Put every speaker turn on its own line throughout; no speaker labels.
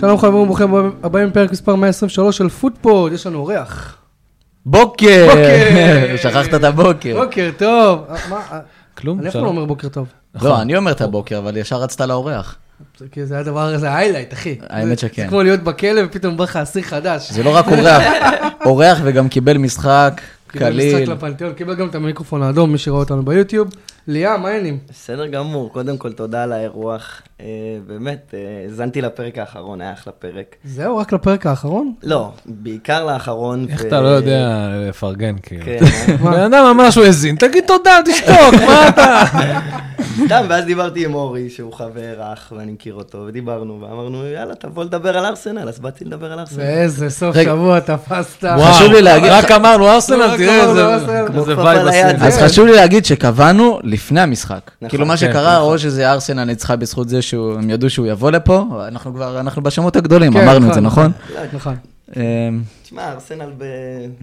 שלום חברים וברוכים הבאים לפרק מספר 123 של פוטפוד, יש לנו אורח.
בוקר!
בוקר!
שכחת את הבוקר.
בוקר טוב. אה, מה,
כלום,
אני אף פעם
שלום.
לא אומר בוקר טוב.
לא, אני אומר את הבוקר, אבל ישר רצת לאורח.
זה כי זה הדבר, זה ההיילייט, אחי.
האמת
זה-
שכן.
זה כמו להיות בכלא ופתאום בא לך אסיר חדש.
זה לא רק אורח, אורח וגם קיבל משחק,
קיבל כאילו, משחק
קליל.
לפנתיאון, קיבל גם את המיקרופון האדום, מי שראה אותנו ביוטיוב. ליאם, מה העניינים?
בסדר גמור, קודם כל תודה על האירוח. אה, באמת, אה, האזנתי לפרק האחרון, היה אחלה פרק.
זהו, רק לפרק האחרון?
לא, בעיקר לאחרון.
איך
ו-
אתה לא יודע לפרגן, כאילו.
כן,
בן אדם אמר שהוא האזין, תגיד תודה, תשתוק, מה אתה?
סתם, ואז דיברתי עם אורי, שהוא חבר אח, ואני מכיר אותו, ודיברנו, ואמרנו, יאללה, תבוא לדבר על ארסנל, אז באתי לדבר על ארסנל.
ואיזה סוף
רגע.
שבוע תפסת.
חשוב לי להגיד-
רק אמרנו ארסנל,
רק
תראה
אמרנו
איזה-
ארסנל.
כמו
איזה
כפפה
וייב
ליד.
עשינו.
אז
כן.
חשוב לי להגיד שקבענו לפני המשחק.
נכון,
כאילו מה
כן,
שקרה, או שזה ארסנל ניצחה בזכות זה שהם ידעו שהוא יבוא לפה, אנחנו כבר, אנחנו בשמות הגדולים,
כן,
אמרנו את זה, נכון?
נכון.
אמ,
תשמע, ארסנל ב...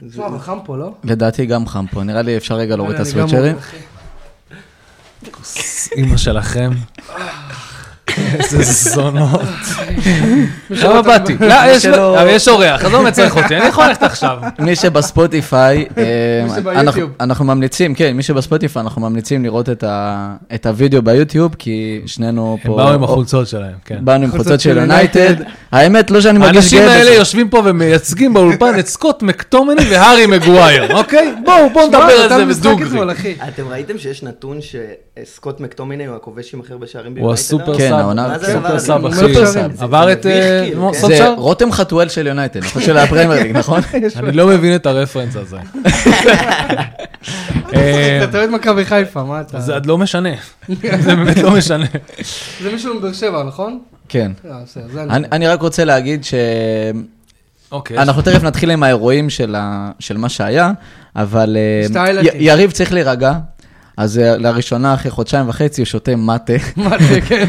תשמע, אבל חם פה, לא? אה,
לדעתי גם חם פה, נראה לי אפשר רגע להוריד את
אני גם
הסוואצ'רים.
אחי.
אימא שלכם. איזה זונות. למה
שלא
באתי?
תדבר.
לא, יש-
שלא-
אבל יש אורח, אז לא מצריך אותי, אני יכול ללכת עכשיו.
מי שבספוטיפיי, אה,
מי שביוטיוב.
אנחנו- אנחנו ממליצים, כן, מי שבספוטיפיי, אנחנו ממליצים לראות את ה- את הוידאו ביוטיוב, כי שנינו
הם
פה...
באו עם החולצות שלהם, כן.
באנו עם
חולצות
חולצות
של
של יונייטד. האמת, לא שאני מרגיש
האנשים
גאה
האלה
בזה.
יושבים פה ומייצגים באולפן את סקוט מקטומני והארי מגווייר, אוקיי? בואו, בואו נדבר
שמע,
על
נתן
זה
משחק
בדוגרי.
אתמול, אחי.
אה, אתם ראיתם שיש נתון שסקוט מקטומיני הוא הכובש עם הכי הרבה שערים
הוא
ביונייטד
הסופר
היום?
כן,
סאב,
העונה-
מה זה
כן,
סופר
אבל-
סאב
הוא
הכי...
אומר שערים.
עבר את
זה מביך,
אה,
כאילו,
נו,
כן.
זה
סולשאר?
רותם חתואל של יונייטד, נכון? של הפרמייר ליג, נכון?
אני לא מבין את הרפרנס הזה. אה,
אתה אוהד מכבי חיפה, מה אתה?
זה עד לא משנה, זה באמת לא משנה.
זה מישהו מבאר שבע, נכון?
כן.
לא, בסדר, זה אני.
אני אני רק רוצה להגיד ש...
אוקיי, יש-
אנחנו תכף נתחיל עם האירועים של, ה... של מה שהיה, אבל אה,
שתי הילדים.
י... יריב צריך להירגע. אז אה, לראשונה אחרי חודשיים וחצי הוא שותה מטה.
מה זה, כן.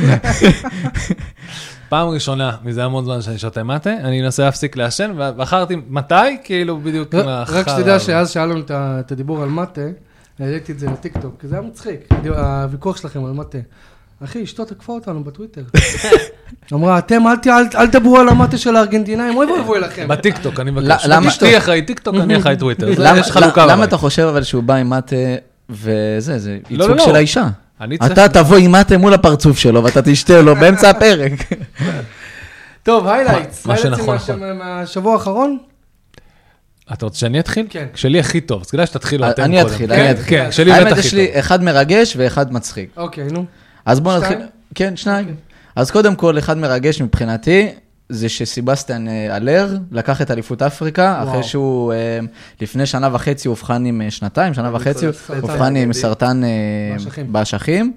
פעם ראשונה מזה המון זמן שאני שותה מטה, אני אנסה להפסיק לעשן, ובחרתי מתי, כאילו בדיוק עם
רק
החרא.
רק שתדע
הזה.
שאז שהיה לנו את ה- את הדיבור על מטה, העליתי את זה לטיקטוק, כי זה היה מצחיק, הדיו- הוויכוח שלכם על מטה. אחי, אשתו תקפה אותנו בטוויטר. אמרה, אתם אל ת- אל- אל תדברו על המטה של הארגנטינאים, אוי ואבוי לכם.
בטיקטוק, אני מבקש.
ל- למה-
אשתי אחראי טיקטוק, אני אחראי טוויטר. זה-
למה,
יש חלוקה
למה
בבית.
אתה חושב אבל שהוא בא עם מטה וזה, זה ייצוג
לא, לא.
של האישה.
אני צריך...
אתה תבוא עם מטה מול הפרצוף שלו ואתה תשתה לו באמצע הפרק.
טוב, היילייטס.
מה שנכון,
מהשבוע האחרון?
אתה רוצה שאני אתחיל?
כן.
כשלי הכי טוב, אז כדאי שתתחילו
אני
אתם קודם.
אתחיל, אני
כן,
אתחיל.
כן, כשלי באמת
האמת,
הכי
יש
טוב.
לי אחד מרגש ואחד מצחיק.
אוקיי, נו.
אז בואו נתחיל.
שניים?
כן,
אוקיי.
שניים. אז קודם כל, אחד מרגש מבחינתי, זה שסיבסטיאן אה, אלר לקח את אליפות אפריקה,
וואו.
אחרי שהוא אה, לפני שנה וחצי אובחן עם, אה, שנתיים, שנה וחצי,
ניצול סרטן.
אובחן עם סרטן אה,
באשכים.
באשכים,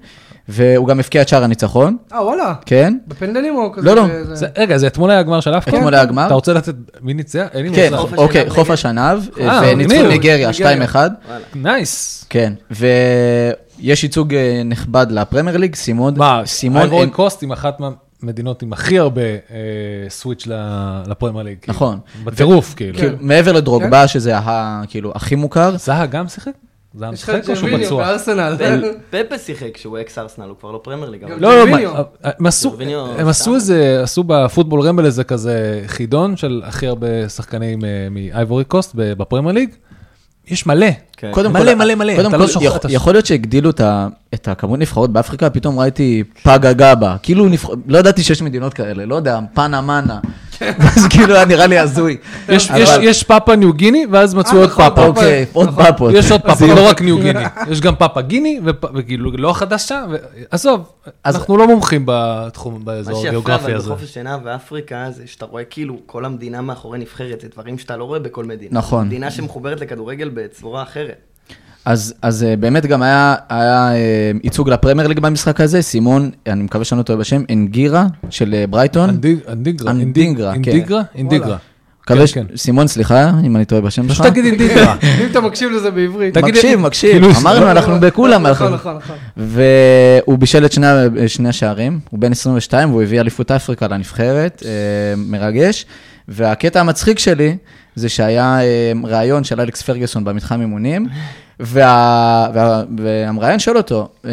והוא גם הבקיע את שער הניצחון,
אה, וואלה.
כן?
בפנדלים או כזה?
לא, לא,
זה-
זה- רגע, זה אתמול היה הגמר של אפקו?
אתמול היה הגמר.
אתה רוצה לתת... מי ניצח? אין לי
כן,
מושג.
השנהב
אוקיי,
נגד-
חוף השנהב,
אה,
וניצחו
מגניב.
ניגריה, 2-1.
וואלה.
נייס.
כן, ויש ייצוג אה, נכבד לפרמייר ליג, סימון,
מה,
סימון,
אייבורי קוסט עם אחת מהמדינות עם הכי הרבה אה, סוויץ' ל- לפרמייר ליג. כאילו.
נכון.
בטירוף, כאילו.
כאילו, מעבר
כן.
לדרוגבה, שזה ה- כאילו הכי מוכר,
זהה גם שיחק? זהה
יש לך
משחק
את
או שהוא
ג'רוויניו
פצוע?
בארסנל.
פפה שיחק שהוא אקס ארסנל, הוא כבר לא פרמייר ליג. אבל-
גם-
לא, לא,
ג'רוויניו.
מה, הם עשו-
ג'רוויניו
הם
סתם.
עשו איזה, עשו בפוטבול רמבל איזה כזה חידון של הכי הרבה שחקנים אה, מאייבורי קוסט ב- בפרמייר ליג. יש מלא.
כן.
קודם
מלא,
כל,
מלא, מלא,
קודם
אתה
כל,
לא שוכח
יכול-
את הש-
יכול להיות שהגדילו את ה- את הכמות נבחרות באפריקה, פתאום ראיתי פאגה גבה. כאילו, נבח- לא ידעתי שיש מדינות כאלה, לא יודע, פאנה מנה. אז כאילו, היה נראה לי הזוי.
כן. יש-
אבל-
יש- יש פאפה ניו גיני, ואז מצאו
אה,
עוד
נכון,
פאפה.
פאפה.
אוקיי, עוד פאפות.
יש עוד פאפה, לא רק ניו גיני. יש גם פאפה גיני, ופ- וכאילו לא חדשה. ו- עזוב,
אז-
אנחנו לא מומחים בתחום,
מה
באזור
שיפה
הגיאוגרפי
אבל
הזה.
בחוף השינה ואפריקה זה שאתה רואה כאילו כל המדינה מאחורי נבחרת, זה דברים שאתה לא רואה בכל מדינה.
נכון.
מדינה שמחוברת לכדורגל בצורה אחרת.
אז, אז אה, באמת גם היה, היה אה, ייצוג לפרמייר ליג במשחק הזה, סימון, אני מקווה שאני לא טועה בשם, אנגירה של אה, ברייטון.
אנדיג- אנדיגרה,
אנדינגרה, כן.
אינדיגרה, אינדיגרה.
מקווה ש-
כן, כן.
סימון, סליחה, אם אני טועה בשם שלך.
פשוט תגיד אינדיגרה.
אם אתה מקשיב לזה בעברית.
תגיד-
מקשיב, מקשיב,
כאילו-
אמרנו, אנחנו בכולם.
נכון,
אנחנו-
נכון, נכון.
והוא בישל את שני, ה- שני השערים, הוא בן 22 והוא הביא אליפות אפריקה לנבחרת, אה, מרגש. והקטע המצחיק שלי זה שהיה אה, ראיון של אלכס פרגוסון במתחם אימונים, וה, וה, והמראיין שואל אותו, אה,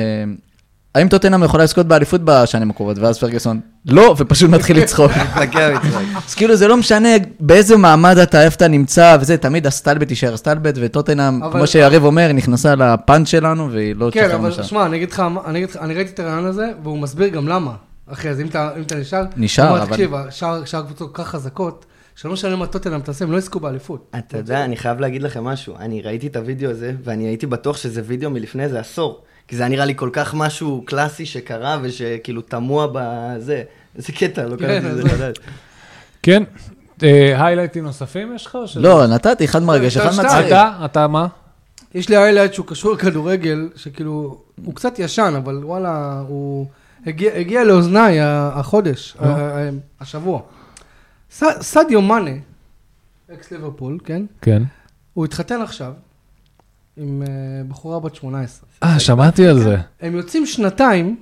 האם טוטנאם יכולה לזכות באליפות בשנים הקרובות? ואז פרגוסון, לא, ופשוט מתחיל לצחוק.
מתפקע מצחוק.
אז כאילו זה לא משנה באיזה מעמד אתה, איפה אתה נמצא, וזה, תמיד הסטלבט יישאר סטלבט, וטוטנאם,
אבל-
כמו שיריב אומר, נכנסה לפאנץ' שלנו, והיא לא
כן,
תשחרר
אבל
משם.
שמע, אני אגיד לך, מה- אני אגיד לך- אני ראיתי את הרעיון הזה, והוא מסביר גם למה. אחי, אז אם אתה אם אתה נשאר...
נשאר,
הוא אומר,
אבל-
תקשיב, השאר שאר הקבוצות כל כך חזקות, שלא משנה מה טוטנאם תעשה, הם לא יזכו באליפות.
אתה יודע, אני חייב להגיד לכם משהו. אני ראיתי את הוידאו הזה, ואני הייתי בטוח שזה וידאו מלפני איזה עשור. כי זה היה נראה לי כל כך משהו קלאסי שקרה, ושכאילו תמוה בזה. איזה קטע, לא קראתי את זה
עזוב.
חדש.
כן. אה, היילייטים נוספים יש לך? או שזה-
לא, אה, נתתי אחד מרגש, אחד
שתיים,
מצחיק.
אתה, אתה מה?
יש לי איילד שהוא קשור לכדורגל, שכאילו, הוא קצת ישן, אבל וואלה, הוא הגיע, הגיע לאוזניי ה- החודש, ה- ה- השבוע. ס- סדיו מאנה, אקס ליברפול, כן?
כן.
הוא התחתן עכשיו עם אה, בחורה בת 18.
אה, שמעתי על זה.
הם יוצאים שנתיים,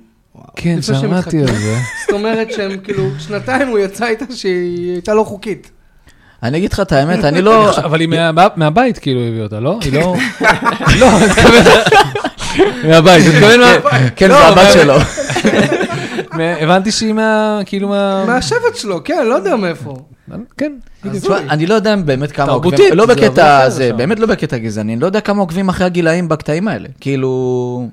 כן,
לפני שהם
שמעתי על
התחתנו.
זה.
זאת אומרת שהם כאילו, שנתיים הוא יצא איתה שהיא הייתה לא חוקית.
אני אגיד לך את האמת, אני לא...
אבל היא מה- מהבית כאילו הביאה אותה, לא? היא לא... לא, אני מתכוון... מהבית, אני מתכוון מה...
כן,
לא,
זה הבת
אבל-
שלו.
מה- הבנתי שהיא מה... כאילו
אה.
מה...
מהשבט שלו, כן, לא יודע מאיפה.
כן.
אז
תשמע, אני לא יודע אם באמת כמה
תרבותית,
עוקבים, לא
זה
בקטע
עבודה
זה,
שם.
באמת לא בקטע גזעני, אני לא יודע כמה עוקבים אחרי הגילאים בקטעים האלה. כאילו...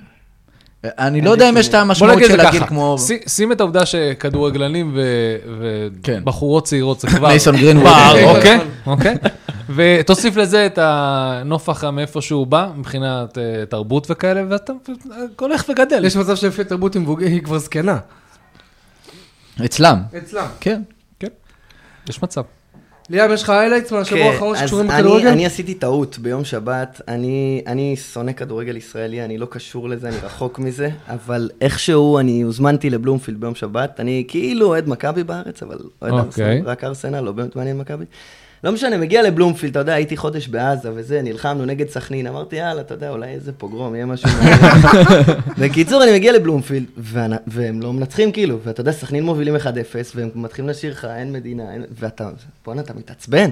אני לא יודע אם יש את
בוא
המשמעות
נגיד את
של
זה
הגיל
ככה,
כמו...
ש- שים את העובדה שכדורגלנים ו-
כן.
ובחורות צעירות זה כבר...
מייסון גרינווד.
פער,
כן,
אוקיי,
נכון.
אוקיי. ותוסיף לזה את הנופח מאיפה שהוא בא, מבחינת אה, תרבות וכאלה, ואתה פשוט הולך
כן.
וגדל.
יש מצב שלפי תרבות היא מבוג- היא כבר זקנה.
אצלם,
אצלם.
כן.
יש מצב.
ליאם, יש לך איילייטס מהשבוע
כן,
האחרון
אז
שקשורים
אני-
בכדורגל?
אני עשיתי טעות ביום שבת, אני, אני שונא כדורגל ישראלי, אני לא קשור לזה, אני רחוק מזה, אבל איכשהו אני הוזמנתי לבלומפילד ביום שבת, אני כאילו אוהד מכבי בארץ, אבל אוהד
אוקיי.
ארסנל, רק ארסנל, לא באמת מעניין מכבי. לא משנה, מגיע לבלומפילד, אתה יודע, הייתי חודש בעזה וזה, נלחמנו נגד סכנין, אמרתי, יאללה, אתה יודע, אולי איזה פוגרום, יהיה משהו מעניין." בקיצור, אני מגיע לבלומפילד, ואנ- והם לא מנצחים כאילו, ואתה יודע, סכנין מובילים 1-0, והם מתחילים לשיר לך, אין מדינה, אין... ואתה, בואנה, אתה מתעצבן.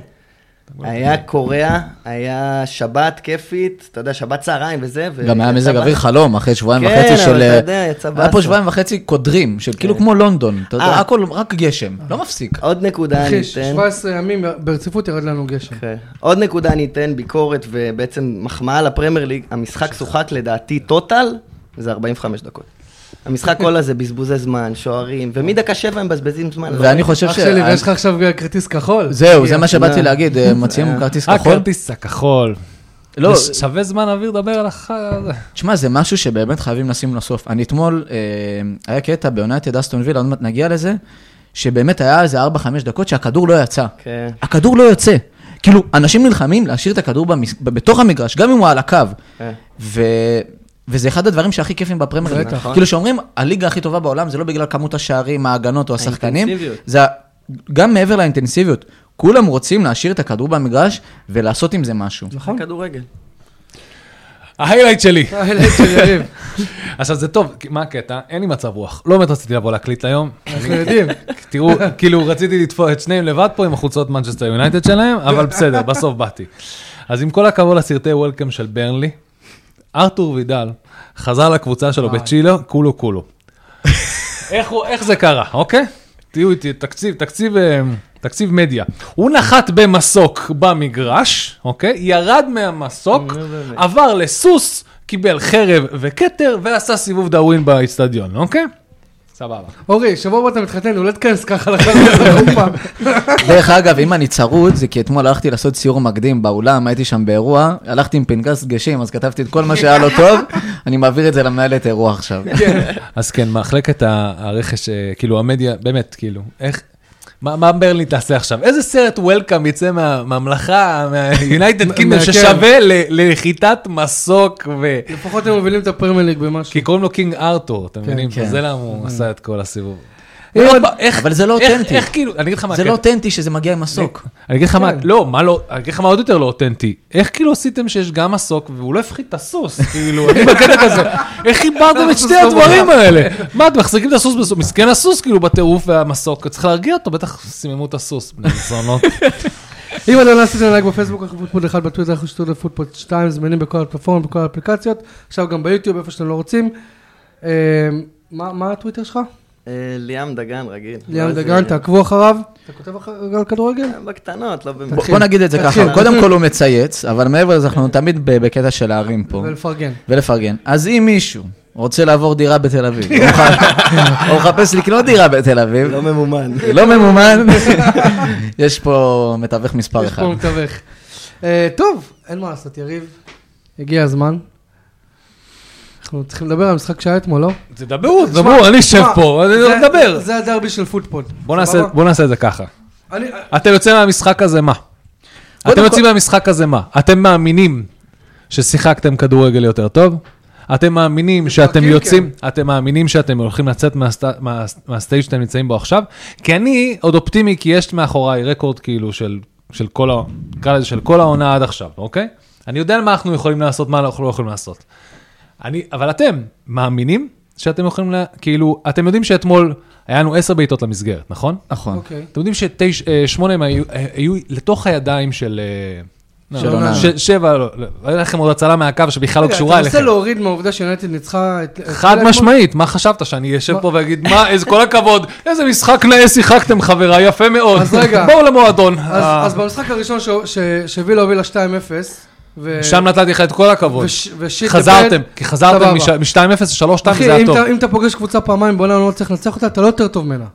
היה קוריאה, היה שבת כיפית, אתה יודע, שבת צהריים וזה. ו-
גם היה מזג
יצא
אוויר
בס-
חלום, אחרי שבועיים
כן,
וחצי
אבל
של...
אתה
אה,
יודע, יצא
היה פה
באסה.
שבועיים וחצי קודרים, של כאילו כמו לונדון, אתה יודע,
אה.
הכל רק גשם, לא מפסיק.
עוד נקודה אני
אחי,
אתן.
17 ימים ברציפות ירד לנו גשם.
אוקיי. עוד נקודה אני אתן, ביקורת ובעצם מחמאה לפרמייר ליג. המשחק שוחק לדעתי טוטל, זה 45 דקות. המשחק כל הזה, בזבוזי זמן, שוערים, ומדקה שבע הם מבזבזים זמן. לא,
ואני חושב
אח
ש...
שלי, ויש לך עכשיו כרטיס כחול?
זהו, זה מה שבאתי
אה.
להגיד, אה, מציעים כרטיס כחול.
הכרטיס הכחול.
לא,
זה ש- שווה זמן אוויר לדבר על אחר...
תשמע, זה משהו שבאמת חייבים לשים לו סוף. אני אתמול, אה, היה קטע ביונייטד אסטון וילה, עוד מעט נגיע לזה, שבאמת היה איזה 4-5 דקות שהכדור לא יצא.
כן.
הכדור לא יוצא. כאילו, אנשים נלחמים להשאיר את הכדור במס... ב- בתוך המגרש, גם אם הוא על הקו.
כן.
ו... וזה אחד הדברים שהכי כיפים בפרמייר ליג.
נכון.
כאילו שאומרים, הליגה הכי טובה בעולם זה לא בגלל כמות השערים, ההגנות או השחקנים,
האינטנסיביות.
זה ה- גם מעבר לאינטנסיביות. כולם רוצים להשאיר את הכדור במגרש ולעשות עם זה משהו.
נכון. כדורגל.
ההיילייט שלי.
האיילייט של יריב.
עכשיו זה טוב, כי- מה הקטע? אין לי מצב רוח. לא באמת רציתי לבוא להקליט היום.
אנחנו יודעים.
תראו, כאילו רציתי לתפוס את שניהם לבד פה עם החולצות מנצ'סטר יונייטד שלהם, אבל בסדר, בסוף באתי. אז עם כל הכבוד לסרטי וולקאם של ברנלי, ארתור וידל חזר לקבוצה שלו
וואי.
בצ'ילה, כולו כולו. איך הוא- איך זה קרה, אוקיי? תהיו איתי, תקציב, תקציב, אה, תקציב מדיה. הוא נחת במסוק במגרש, אוקיי? ירד מהמסוק, עבר לסוס, קיבל חרב וכתר, ועשה סיבוב דאווין באיצטדיון, אוקיי? סבבה.
אורי, שבוע הבא אתה מתחתן, הוא לא תכנס ככה לחלוטין לחופה.
דרך אגב, אם אני צרוד, זה כי אתמול הלכתי לעשות סיור מקדים באולם, הייתי שם באירוע, הלכתי עם פנקס דגשים, אז כתבתי את כל מה שהיה לא טוב, אני מעביר את זה למנהלת אירוע עכשיו.
אז כן, מחלקת ה- הרכש, אה, כאילו המדיה, באמת, כאילו, איך... מה, מה ברלין תעשה עכשיו? איזה סרט וולקאם יצא מה- מהממלכה, מהיונייטד קימל,
מה- כן.
ששווה ל- לנחיתת מסוק ו...
לפחות הם מובילים את הפרמייר ליג במשהו.
כי קוראים לו קינג ארתור, אתם מבינים?
כן.
זה למה הוא עשה את כל הסיבוב.
אה,
אבל-
עוד פעם, איך-
אבל זה לא
איך-
אותנטי.
איך כאילו, אני אגיד לך מה
זה
הקטע.
לא אותנטי שזה מגיע עם מסוק.
אני אגיד לך מה,
כן.
לא, מה לא, אני אגיד לך מה עוד יותר לא אותנטי. איך כאילו עשיתם שיש גם מסוק והוא לא הפחית את הסוס, כאילו, אני בקטע כזה. איך חיברתם את שתי
אנחנו סתם
הדברים
עולם.
האלה? מה, אתם מחזיקים את הסוס בסוף, מסכן הסוס כאילו בטירוף והמסוק, צריך להרגיע אותו, בטח סיממו את הסוס, בני זונות.
אם אתם לא עשיתם לייק בפייסבוק, אנחנו פוטפוד אחד בטוויטר, אנחנו שתות לפוטפוד 2, זמינים בכל הפלטפורמות, בכל האפליקציות, עכשיו גם ביוטיוב, איפה שאתם לא רוצים. אמ, מה מה הטוויטר שלך?
אה, ליאם דגן רגיל.
ליאם
לא איזה-
דגן, תעקבו אחריו. אתה כותב אחר- על כדורגל?
בקטנות, לא
בוא-
במקום.
תתחיל.
בוא נגיד את זה
תתחיל.
ככה, קודם כל הוא מצייץ, אבל מעבר לזה אנחנו תמיד ב- בקטע של הערים פה,
לא. ולפרגן.
ולפרגן. אז אם מישהו רוצה לעבור דירה בתל אביב, או מח- או מחפש לקנות דירה בתל אביב,
לא ממומן.
לא ממומן, יש פה מתווך מספר
יש
אחד.
פה מתווך. אה, טוב, אין מה לעשות, יריב. הגיע הזמן. אנחנו צריכים לדבר על המשחק שהיה אתמול, לא?
תדברו,
תשמע,
תדברו, אני אשב
תשמע,
פה, אני
זה-
אדבר.
זה הדרבי של פוטפוד.
בוא נעשה-
סבבה?
בוא נעשה את זה ככה.
אני-
אתם יוצאים מהמשחק הזה מה? אתם
כל-
יוצאים מהמשחק הזה מה? אתם מאמינים ששיחקתם כדורגל יותר טוב? אתם מאמינים שאתם
מפרקים,
יוצאים, אתם מאמינים שאתם הולכים לצאת מהסט- מה- מהסטייג' שאתם נמצאים בו עכשיו? כי אני עוד אופטימי, כי יש מאחוריי רקורד כאילו של, של כל, ה- נקרא לזה, של כל העונה עד עכשיו, אוקיי? אני יודע מה אנחנו יכולים לעשות, מה אנחנו לא יכולים לעשות. אני, אבל אתם מאמינים שאתם יכולים, לה, כאילו, אתם יודעים שאתמול היה לנו עשר בעיטות למסגרת, נכון?
נכון.
אוקיי.
אתם יודעים ששמונה הם היו- אה, היו לתוך הידיים של... אה, לא,
של אוננה.
ש- שבע, לא, לא, היה לכם עוד הצלה מהקו שבכלל לא
רגע,
קשורה
אתה מנסה
אליכם.
להוריד מהעובדה שיונייטד ניצחה את... את
חד
אתמול?
משמעית, מה חשבת, שאני אשב פה ואגיד, מה, איזה כל הכבוד, איזה משחק נאה שיחקתם חברה, יפה מאוד.
אז רגע.
בואו למועדון.
אז-
אה,
אז במשחק הראשון ש- ש- שווילה הובילה 2-0, ו-
שם נתתי לך את כל הכבוד.
וש- ושיט
חזרתם,
the bed,
כי חזרתם
סבבה.
מ-2-0 ל-3-2, זה
אחי,
היה
אם
טוב.
אתה- אם אתה פוגש קבוצה פעמיים בעולם לא מצליח לנצח אותה, אתה לא יותר טוב ממנה.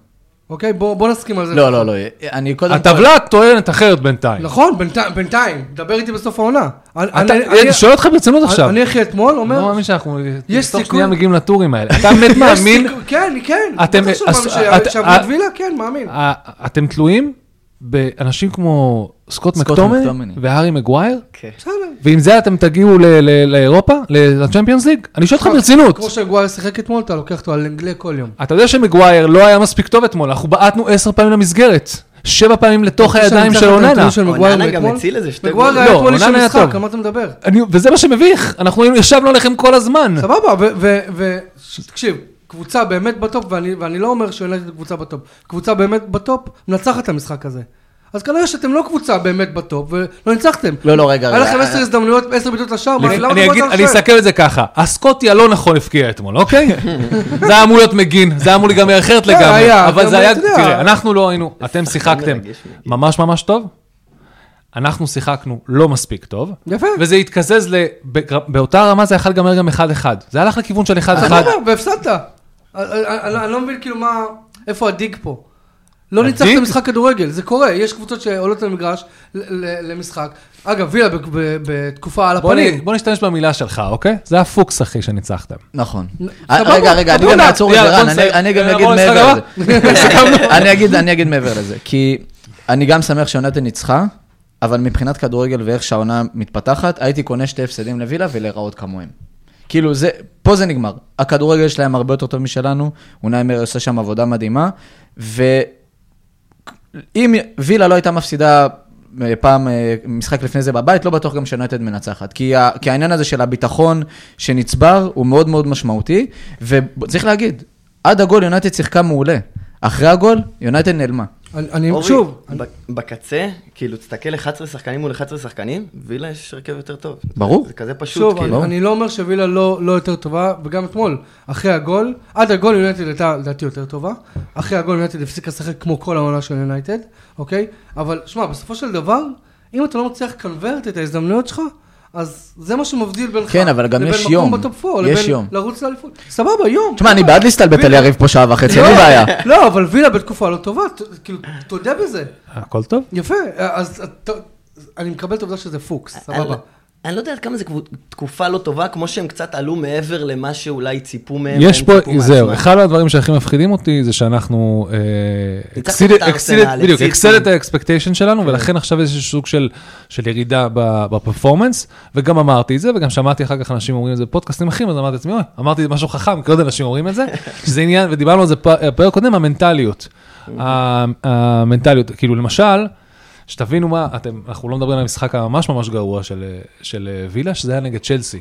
אוקיי? בוא בוא נסכים על זה.
לא, לא, לא, אני קודם כל...
הטבלה טוענת אחרת בינתיים.
נכון, בינתיים- בינתיים. דבר איתי בסוף העונה. אני-
אתה-
אני-
אני
אני-
שואל אותך ברצינות עכשיו.
אני אחי אתמול
אני לא
אומר...
מאמין שאנחנו...
יש
תוך
סיכוי-
שנייה מגיעים לטורים האלה. אתה באמת
יש
מאמין
סיכוי- כן, כן.
אתם-
בטח שאני
אז-
מאמין
את-
ש-
את- אה.
שעבוד וילה, כן, מאמין.
ה- אתם תלויים באנשים כמו סקוט
סקוט
מקטומני
מקטומני.
והארי מגווייר,
כן.
בסדר.
ועם זה אתם תגיעו ל- ל- לאירופה, ל- לצ'מפיונס ליג? אני שואל אותך ברצינות.
כמו שגואר שיחק אתמול, אתה לוקח אותו על אנגלה כל יום.
אתה יודע שמגווייר לא היה מספיק טוב אתמול, אנחנו בעטנו עשר פעמים למסגרת, שבע פעמים לתוך
אתה רוצה
הידיים
שאני
של
אמצא לך את
אוננה.
הנתון של
אוננה
מגווייר
גם
מאתמול?
הציל איזה שתי
מגווייר
גולים.
היה
לא,
אתמול איש
אוננה היה
המשחק,
טוב.
על מה אתה מדבר?
אני- וזה מה שמביך, אנחנו היינו- ישבנו עליכם כל הזמן.
סבבה, ו- ו- ו... ש- תקשיב, קבוצה באמת בטופ, ואני ואני לא אומר שיונתן קבוצה בטופ, קבוצה באמת בטופ מנצחת את המשחק הזה. אז כנראה שאתם לא קבוצה באמת בטופ, ולא ניצחתם.
לא, לא, רגע,
היה לכם
אה,
רגע.
עשר הזדמנויות, עשר בעיטות לשער, מה,
לפ-
למה לא
אני
אתה
אגיד-
בא
אני
לשער?
אסכם את זה ככה, הסקוטי הלא נכון הפקיע אתמול, אוקיי? זה היה אמור להיות מגין, זה היה אמור להיגמר אחרת
לא,
לגמרי,
היה,
אבל
גם
זה היה,
אתה יודע.
תראה, אנחנו לא היינו, אתם שיחקתם
מרגש, מרגש.
ממש ממש טוב, אנחנו שיחקנו לא מספיק טוב,
יפה.
וזה התקזז, ל- בק- באותה רמה זה יכול להיגמר גם 1-1, זה הלך לכיוון של 1-1,
אז אני אומר, והפסדת. אני- אני אני לא מבין כאילו מה, איפה הדיג פה. לא
הדיג?
ניצחתם משחק כדורגל, זה קורה, יש קבוצות שעולות למגרש, ל- ל- למשחק. אגב, וילה ב- ב- בתקופה על
בוא נ-
הפנים.
בוא נשתמש במילה שלך, אוקיי? זה הפוקס אחי שניצחתם.
נכון.
סבבה,
רגע, רגע, אני
סבבה.
גם אעצור את זה,
יאללה, בוא
רן, אני-
נסיים.
אני גם אגיד
נעבור למשחק
מעבר
הבא?
לזה. אני אגיד, אני אגיד מעבר לזה, כי אני גם שמח שיונתן ניצחה, אבל מבחינת כדורגל ואיך שהעונה מתפתחת, הייתי קונה שתי הפסדים לווילה ולהיראות כמוהם. כאילו זה, פה זה נגמר. הכדורגל שלהם הרבה יותר טוב משלנו, אונאי מרי עושה שם עבודה מדהימה, ואם וילה לא הייתה מפסידה אה, פעם, אה, משחק לפני זה בבית, לא בטוח גם שיונתן מנצחת. כי, ה, כי העניין הזה של הביטחון שנצבר הוא מאוד מאוד משמעותי, וצריך להגיד, עד הגול יונתן שיחקה מעולה. אחרי הגול, יונתן נעלמה.
אני- אני,
אורי,
שוב,
ב- בקצה, כאילו, תסתכל 11 שחקנים מול 11 שחקנים, וילה יש הרכב יותר טוב.
ברור.
זה כזה פשוט,
שוב,
כאילו.
אני, אני לא אומר שווילה לא, לא יותר טובה, וגם אתמול, אחרי הגול, עד הגול יונייטד הייתה לדעתי יותר טובה, אחרי הגול יונייטד הפסיקה לשחק כמו כל העונה של יונייטד, אוקיי? אבל שמע, בסופו של דבר, אם אתה לא מצליח לקנברט את ההזדמנויות שלך, אז זה מה שמבדיל בינך
כן, אבל גם
לבין
יש
מקום
יום.
בטופ פור,
יש
לבין
יום.
לרוץ לאליפות. סבבה, יום.
תשמע, אני בעד להסתלבט על יריב פה שעה וחצי, אין לי בעיה.
לא, אבל וילה בתקופה לא טובה, ת- כאילו, תודה בזה.
הכל טוב?
יפה, אז אתה- אני מקבל את העובדה שזה פוקס, סבבה.
אני- אני לא יודע עד כמה זו תקופה לא טובה, כמו שהם קצת עלו מעבר למה שאולי ציפו מהם.
יש
והם
פה,
ציפו
זהו,
מעצמם.
אחד מהדברים שהכי מפחידים אותי זה שאנחנו אה,
ניצחנו
exceeded-
את הארסנל, כן.
exceeded- בדיוק, exceeded
הפסידו.
את האקספקטיישן שלנו, ולכן עכשיו יש איזשהו סוג של של ירידה ב- בפרפורמנס, וגם אמרתי את זה, וגם שמעתי אחר כך אנשים אומרים את זה בפודקאסטים אחרים, אז אמרתי לעצמי, "אוי, אמרתי משהו חכם, כי עוד אנשים אומרים את זה, שזה עניין, ודיברנו על זה פ- בפרק קודם, המנטליות.
אוקיי.
ה- המנטליות, כאילו למשל, שתבינו מה, אתם, אנחנו לא מדברים על המשחק הממש ממש גרוע של, אה, של אה, וילה, שזה היה נגד צ'לסי,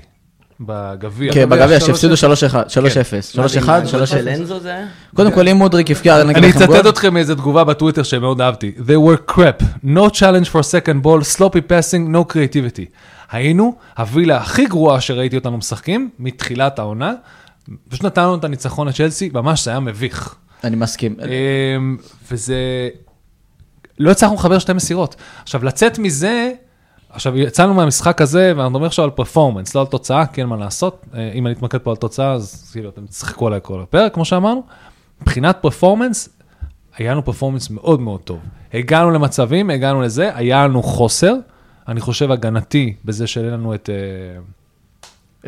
בגביע.
כן, בגביע
שלוש
שהפסידו 3-1,
כן.
3-0, 3-1,
מה, זה עם הגול
3-0.
של אנזו זה היה?
קודם כל, אם מודריק יבקיע, נגיד
אני
לכם גול.
אצטט אתכם מאיזה תגובה בטוויטר שמאוד אהבתי. They were crap, no challenge for second ball, sloppy passing, no creativity. היינו הווילה הכי גרועה שראיתי אותנו משחקים מתחילת העונה, פשוט נתן לנו את הניצחון לצ'לסי, ממש זה היה מביך.
אני מסכים.
אמ, וזה... לא הצלחנו לחבר שתי מסירות. עכשיו, לצאת מזה, עכשיו, יצאנו מהמשחק הזה, ואנחנו מדברים עכשיו על פרפורמנס, לא על תוצאה, כי אין מה לעשות. אה, אם אני אתמקד פה על תוצאה, אז כאילו, אתם תשחקו עליי כל הפרק, כמו שאמרנו. מבחינת פרפורמנס, היה לנו פרפורמנס מאוד מאוד טוב. הגענו למצבים, הגענו לזה, היה לנו חוסר. אני חושב הגנתי בזה שאין לנו את, אה,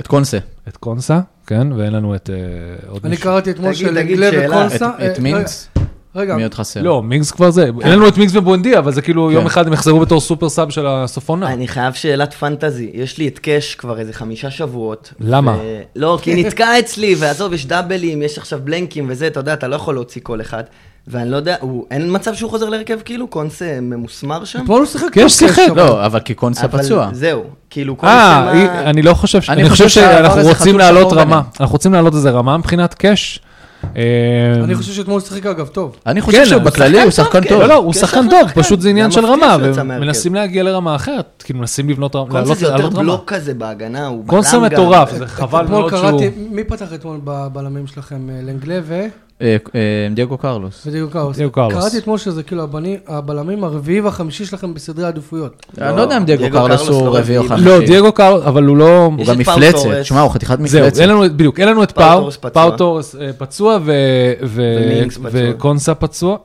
את קונסה.
את קונסה, כן? ואין לנו את אה, עוד
אני
מישהו.
קראתי אתמול
תגיד,
של
תגיד
גלה
שאלה.
את-
וקונסה. אה,
את מינקס?
רגע,
מי עוד חסר?
לא, מינגס כבר זה,
כן.
אין לנו את מינגס ובואנדיה, אבל זה כאילו יום אחד הם יחזרו בתור סופר סאב של הסוף עונה.
אני חייב שאלת פנטזי, יש לי את קאש כבר איזה חמישה שבועות.
למה?
ו- לא, כי נתקע אצלי, ועזוב, יש דאבלים, יש עכשיו בלנקים וזה, אתה יודע, אתה לא יכול להוציא כל אחד. ואני לא יודע, הוא- אין מצב שהוא חוזר להרכב כאילו? קונסה ממוסמר שם?
אתמול הוא שיחק.
כי יש
טוב,
שיחק.
לא, אבל כי קונסה
אבל
פצוע.
זהו, כאילו קונסה...
אה,
מה-
היא- אני לא חושב, ש-
אני
אני
חושב
חושב
שהדבר
שאנחנו
הזה חצוף
רוצים להעלות
שחור
רמה,
ביניהם.
אנחנו רוצים להעלות איזה רמה מבחינת קאש. לא, אה,
אני חושב שאתמול הוא שיחק אגב טוב.
אני
כן,
חושב
הוא
שבכללי הוא
שחקן
שחקן
טוב,
טוב.
לא, לא, הוא
כן,
שחקן
שחקן
טוב,
שחקן.
פשוט זה עניין
זה
של
מפתיע
רמה,
שהוא יצא מהרכב.
ומנסים להגיע לרמה אחרת, כאילו מנסים לבנות רמה,
קונסה
לעלות
זה יותר
לעלות רמה.
בלוק כזה בהגנה, הוא בלם גם. אה,
קונסה לא מטורף, זה חבל
אתמול
מאוד
קראתי,
שהוא...
מי פתח אתמול בבלמים שלכם? אה, לנגלה ו...
אה, אה, דייגו קרלוס.
ודיו קאוס.
דיוגו קארוס.
קראתי אתמול שזה כאילו הבני- הבלמים הרביעי והחמישי שלכם בסדרי עדיפויות.
אני לא יודע אם דייגו
דייגו
קרלוס
קרלוס
הוא
לא
רביעי או
רביעי.
חמישי.
לא, דייגו קארל, אבל הוא לא...
הוא
יש
גם
את פאו
מפלצת.
טורס.
שמע, הוא חחתיכת
זהו,
מפלצת.
אין לנו, בדיוק, אין לנו את
פאו
פאו,
טורס פצוע.
פאו טורס אה, פצוע ו- ו-
ומינגס פצוע.
וקונסה פצוע.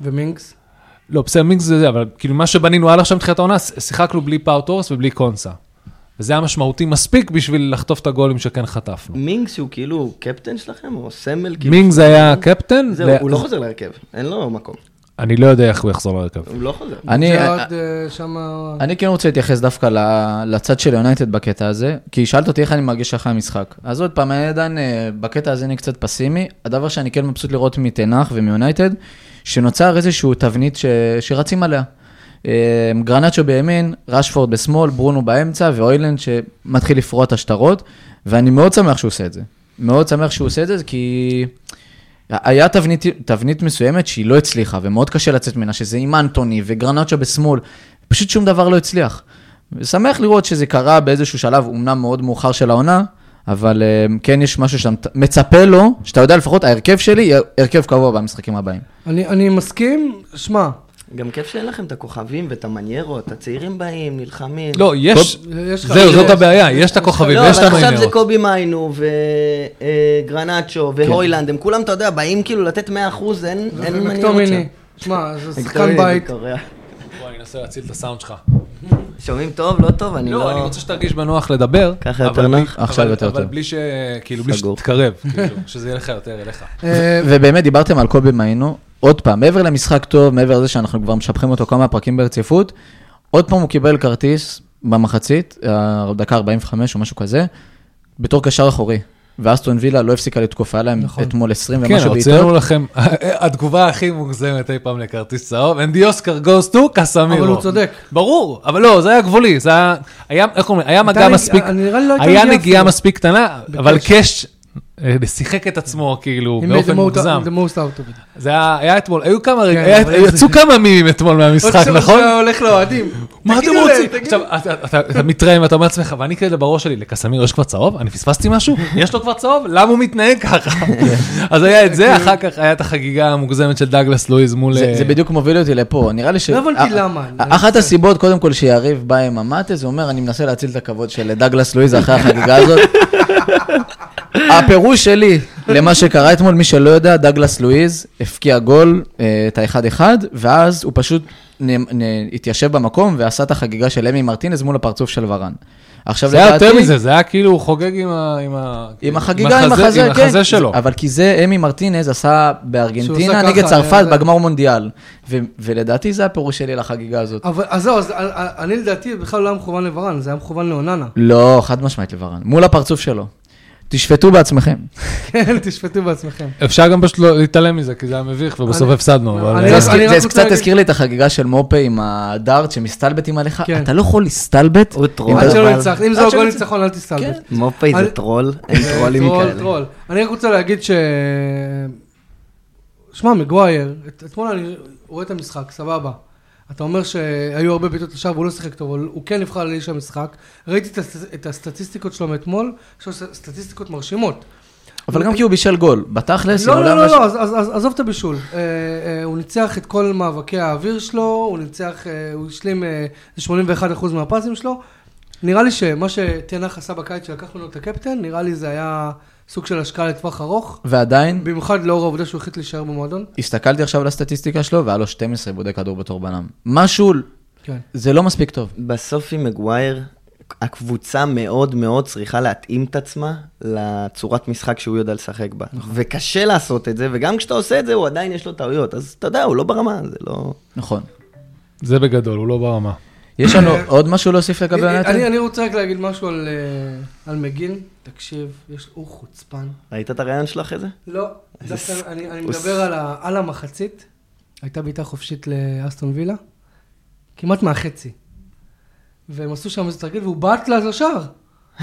ומינקס?
לא, בסדר, מינקס זה זה, אבל כאילו מה שבנינו עד עכשיו מתחילת העונה, ש- שיחקנו בלי פאו טורס ובלי קונסה. וזה היה משמעותי מספיק בשביל לחטוף את הגולים שכן חטפנו.
מינגס הוא כאילו קפטן שלכם, או סמל כאילו.
מינגס היה קפטן,
זהו,
ל-
הוא לא חוזר להרכב, אין לו מקום.
אני לא יודע איך הוא יחזור לרכב.
הוא לא חוזר.
אני-
ג'רארד, אה, שמה...
אני כן רוצה להתייחס דווקא ל- לצד של יונייטד בקטע הזה, כי שאלת אותי איך אני מרגיש אחרי המשחק. אז עוד פעם, אני עדיין, אה, בקטע הזה אני קצת פסימי. הדבר שאני כן מבסוט לראות מתנח ומיונייטד, שנוצר איזושהי תבנית ש... שרצים עליה. אה, גרנצ'ו בימין, רשפורד בשמאל, ברונו באמצע ואוילנד שמתחיל לפרוע את השטרות, ואני מאוד שמח שהוא עושה את זה. מאוד שמח שהוא עושה את זה, כי... היה תבנית, תבנית מסוימת שהיא לא הצליחה, ומאוד קשה לצאת ממנה, שזה עם אנטוני וגרנצ'ה בשמאל, פשוט שום דבר לא הצליח. שמח לראות שזה קרה באיזשהו שלב, אמנם מאוד מאוחר של העונה, אבל אמ, כן יש משהו שאתה מת- מצפה לו, שאתה יודע לפחות, ההרכב שלי יהיה הרכב קבוע במשחקים הבאים.
אני אני מסכים, שמע,
גם כיף שאין לכם את הכוכבים ואת המניירות, הצעירים באים, נלחמים.
לא, יש,
יש לך... אה,
זהו, זאת
יש-
הבעיה, יש את הכוכבים
לא,
ויש את
אבל עכשיו זה
המעניינות.
קובי מיינו וגרנצ'ו
כן.
והוילנד, הם כולם, אתה יודע, באים כאילו לתת 100%, אין אין מניירות שם.
מקטומיני. אה, שמע, זה שחקן
זה
בית.
קורע.
בוא, אני אנסה להציל את הסאונד שלך.
שומעים טוב? לא טוב? אני
לא, אני
לא...
רוצה שתרגיש בנוח לדבר.
ככה
אבל
יותר
בלי-
נח?
עכשיו
אבל-
יותר
אבל
טוב.
בלי ש... כאילו, בלי
סגור.
שתתקרב, כאילו, שזה יהיה לך יותר אליך.
אה,
ובאמת דיברתם על קובי מיינו, עוד פעם, מעבר למשחק טוב, מעבר לזה שאנחנו כבר משבחים אותו כמה פרקים ברציפות, עוד פעם הוא קיבל כרטיס במחצית, אה, דקה 45 או משהו כזה, בתור קשר אחורי. ואסטון וילה לא הפסיקה לתקוף, היה להם אתמול 20
כן,
ומשהו בעיטות.
הוצאנו לכם, התגובה הכי מוגזמת אי פעם לכרטיס צהוב, And the Oscar goes to קסמירו.
אבל הוא צודק.
ברור, אבל לא, זה היה גבולי, זה היה, היה איך אומרים, היה מגע
נג-
מספיק,
אני נראה לי לא הייתה
היה
נגיעה
נגיעה
אפילו.
מספיק קטנה, אבל
בקש.
קאש אה, שיחק את עצמו, כאילו,
he made
באופן
the most-
מוגזם.
the most out of it.
זה היה היה אתמול, היו כמה רגעים,
כן, אבל
היה-
איזה-
יצאו כמה מימים אתמול מהמשחק,
עוד
נכון?
שהוא הולך לאוהדים.
מה אתם
תגידו להם,
רוצים?
תגידו.
עכשיו, אתה- אתה אתה מתרעם, אתה אומר לעצמך, ואני כאלה בראש שלי, לקסמיר יש כבר צהוב? אני פספסתי משהו? יש לו כבר צהוב? למה הוא מתנהג ככה?
כן.
אז היה את זה, אחר כך היה את החגיגה המוגזמת של דאגלס לואיז מול... אה,
זה זה בדיוק מוביל אותי לפה, נראה לי ש...
לא הבנתי
א-
למה.
א- אחת הסיבות, קודם כל, שיריב בא עם המטה, זה אומר, אני מנסה להציל את הכבוד של דגלס לואיז אחרי החגיגה הזאת. הפירוש שלי למה שקרה אתמול, מי שלא יודע, דגלס לואיז הבקיע גול, אה, את האחד-אחד, ואז הוא פשוט נ- נ- התיישב במקום ועשה את החגיגה של אמי מרטינז מול הפרצוף של ורן. עכשיו,
זה היה יותר
לדעתי-
מזה, זה היה כאילו הוא חוגג עם ה... עם ה-
עם החגיגה, עם החזה,
עם
כן.
החזה שלו.
אבל כי זה אמי מרטינז עשה
שהוא
בארגנטינה
עשה
נגד
ככה,
צרפת
זה-
בגמר מונדיאל. ו- ולדעתי זה הפירוש שלי לחגיגה הזאת.
אבל, אז זהו, אז אה, אה, אני לדעתי בכלל לא היה מכוון לברן, זה היה מכוון לאוננה.
לא, חד משמעית לברן. מול הפרצוף שלו. תשפטו בעצמכם.
כן, תשפטו בעצמכם.
אפשר גם פשוט לא- להתעלם מזה, כי זה היה מביך, ובסוף
אני-
הפסדנו, אבל...
אני
זה
רק-
הזכיר-
אני רק
זה
רוצה
קצת
להגיד-
הזכיר לי את החגיגה של מופה עם הדארט שמסתלבטים עליך.
כן.
אתה לא יכול להסתלבט.
הוא
אם אתה-
טרול.
עד שלא
אבל-
ניצחת, אם זה
עד
הגול
שלא
ניצחון, אל תסתלבט.
כן.
מופאי
אני-
זה טרול, אין
אה,
טרולים
טרול,
כאלה.
טרול. אני רק רוצה להגיד ש... שמע, מגווייר, את- אתמול אני רואה את המשחק, סבבה. אתה אומר שהיו הרבה בעיטות לשער והוא לא שיחק טוב, אבל הוא כן נבחר לאיש המשחק. ראיתי את הסט- את הסטטיסטיקות שלו מאתמול, יש לו ס- סטטיסטיקות מרשימות.
אבל גם כי הוא בישל גול. בתכלס,
לא,
אם
לא,
עולם
לא,
ש-
לא, אז- אז- אז עזוב את הבישול. אה, אה, הוא ניצח את כל מאבקי האוויר שלו, הוא ניצח, אה, הוא השלים אה, 81% מהפסים שלו. נראה לי שמה שתנח עשה בקיץ שלקח ממנו את הקפטן, נראה לי זה היה סוג של השקעה לטווח ארוך.
ועדיין,
במיוחד לאור העובדה שהוא החליט להישאר במועדון.
הסתכלתי עכשיו על הסטטיסטיקה שלו, והיה לו 12 עיבודי כדור בתור בלם. משהו,
כן.
זה לא מספיק טוב.
בסוף עם מגווייר, הקבוצה מאוד מאוד צריכה להתאים את עצמה לצורת משחק שהוא יודע לשחק בה.
נכון.
וקשה לעשות את זה, וגם כשאתה עושה את זה, הוא עדיין יש לו טעויות. אז אתה יודע, הוא לא ברמה, זה לא...
נכון.
זה בגדול, הוא לא ברמה.
יש לנו עוד משהו להוסיף לגבי יונתן?
אני אני רוצה רק להגיד משהו על, אה, על מגיל. תקשיב, יש, הוא חוצפן.
ראית את הרעיון שלו אחרי זה?
לא,
איזה ס-
דווקא אני אני
הוא ס-
מדבר על ה- על המחצית. הייתה בעיטה חופשית לאסטון וילה, כמעט מהחצי. והם עשו שם איזה תרגיל, והוא בעט לה לשער.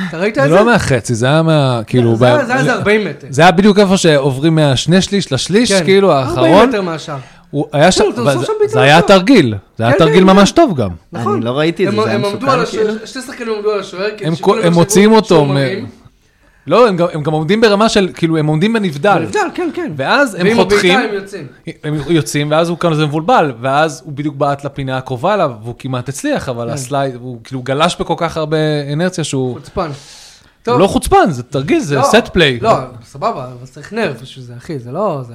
אתה ראית
זה
את זה?
לא מהחצי, זה היה מה... כאילו...
זה היה
ב-
זה היה איזה 40 מטר.
זה היה בדיוק איפה שעוברים מהשני שליש לשליש,
כן,
כאילו
40
האחרון.
מטר מהשער.
הוא היה שם,
טוב, תעשו
זה-
לא, שם בעיטה
זה היה
לשער.
תרגיל, זה היה
כן,
תרגיל
כן,
ממש טוב גם.
נכון.
אני לא ראיתי את זה,
הם-
זה היה
הם עמדו
מסוכן,
על השוער,
כאילו?
שני שחקנים עמדו על השוער. כי
הם
שיקול
כל- הם
המחשבות
מוציאים אותו,
שהוא
מ-
מרים.
לא, הם גם- הם גם עומדים ברמה של, כאילו, הם עומדים בנבדל.
נבדל, כן, כן.
ואז הם
ועם
חותכים,
הבעיטה הם יוצאים.
הם יוצאים, ואז הוא כזה מבולבל, ואז הוא בדיוק בעט לפינה הקרובה אליו, והוא כמעט הצליח, אבל
כן.
הסלייד, הוא כאילו גלש בכל כך הרבה אנרציה שהוא...
חוצפן.
הוא
טוב.
לא חוצפן, זה תרגיל, זה
לא,
סט פליי.
לא, סבבה, אבל צריך נרב בשביל זה, אחי, זה לא... זה-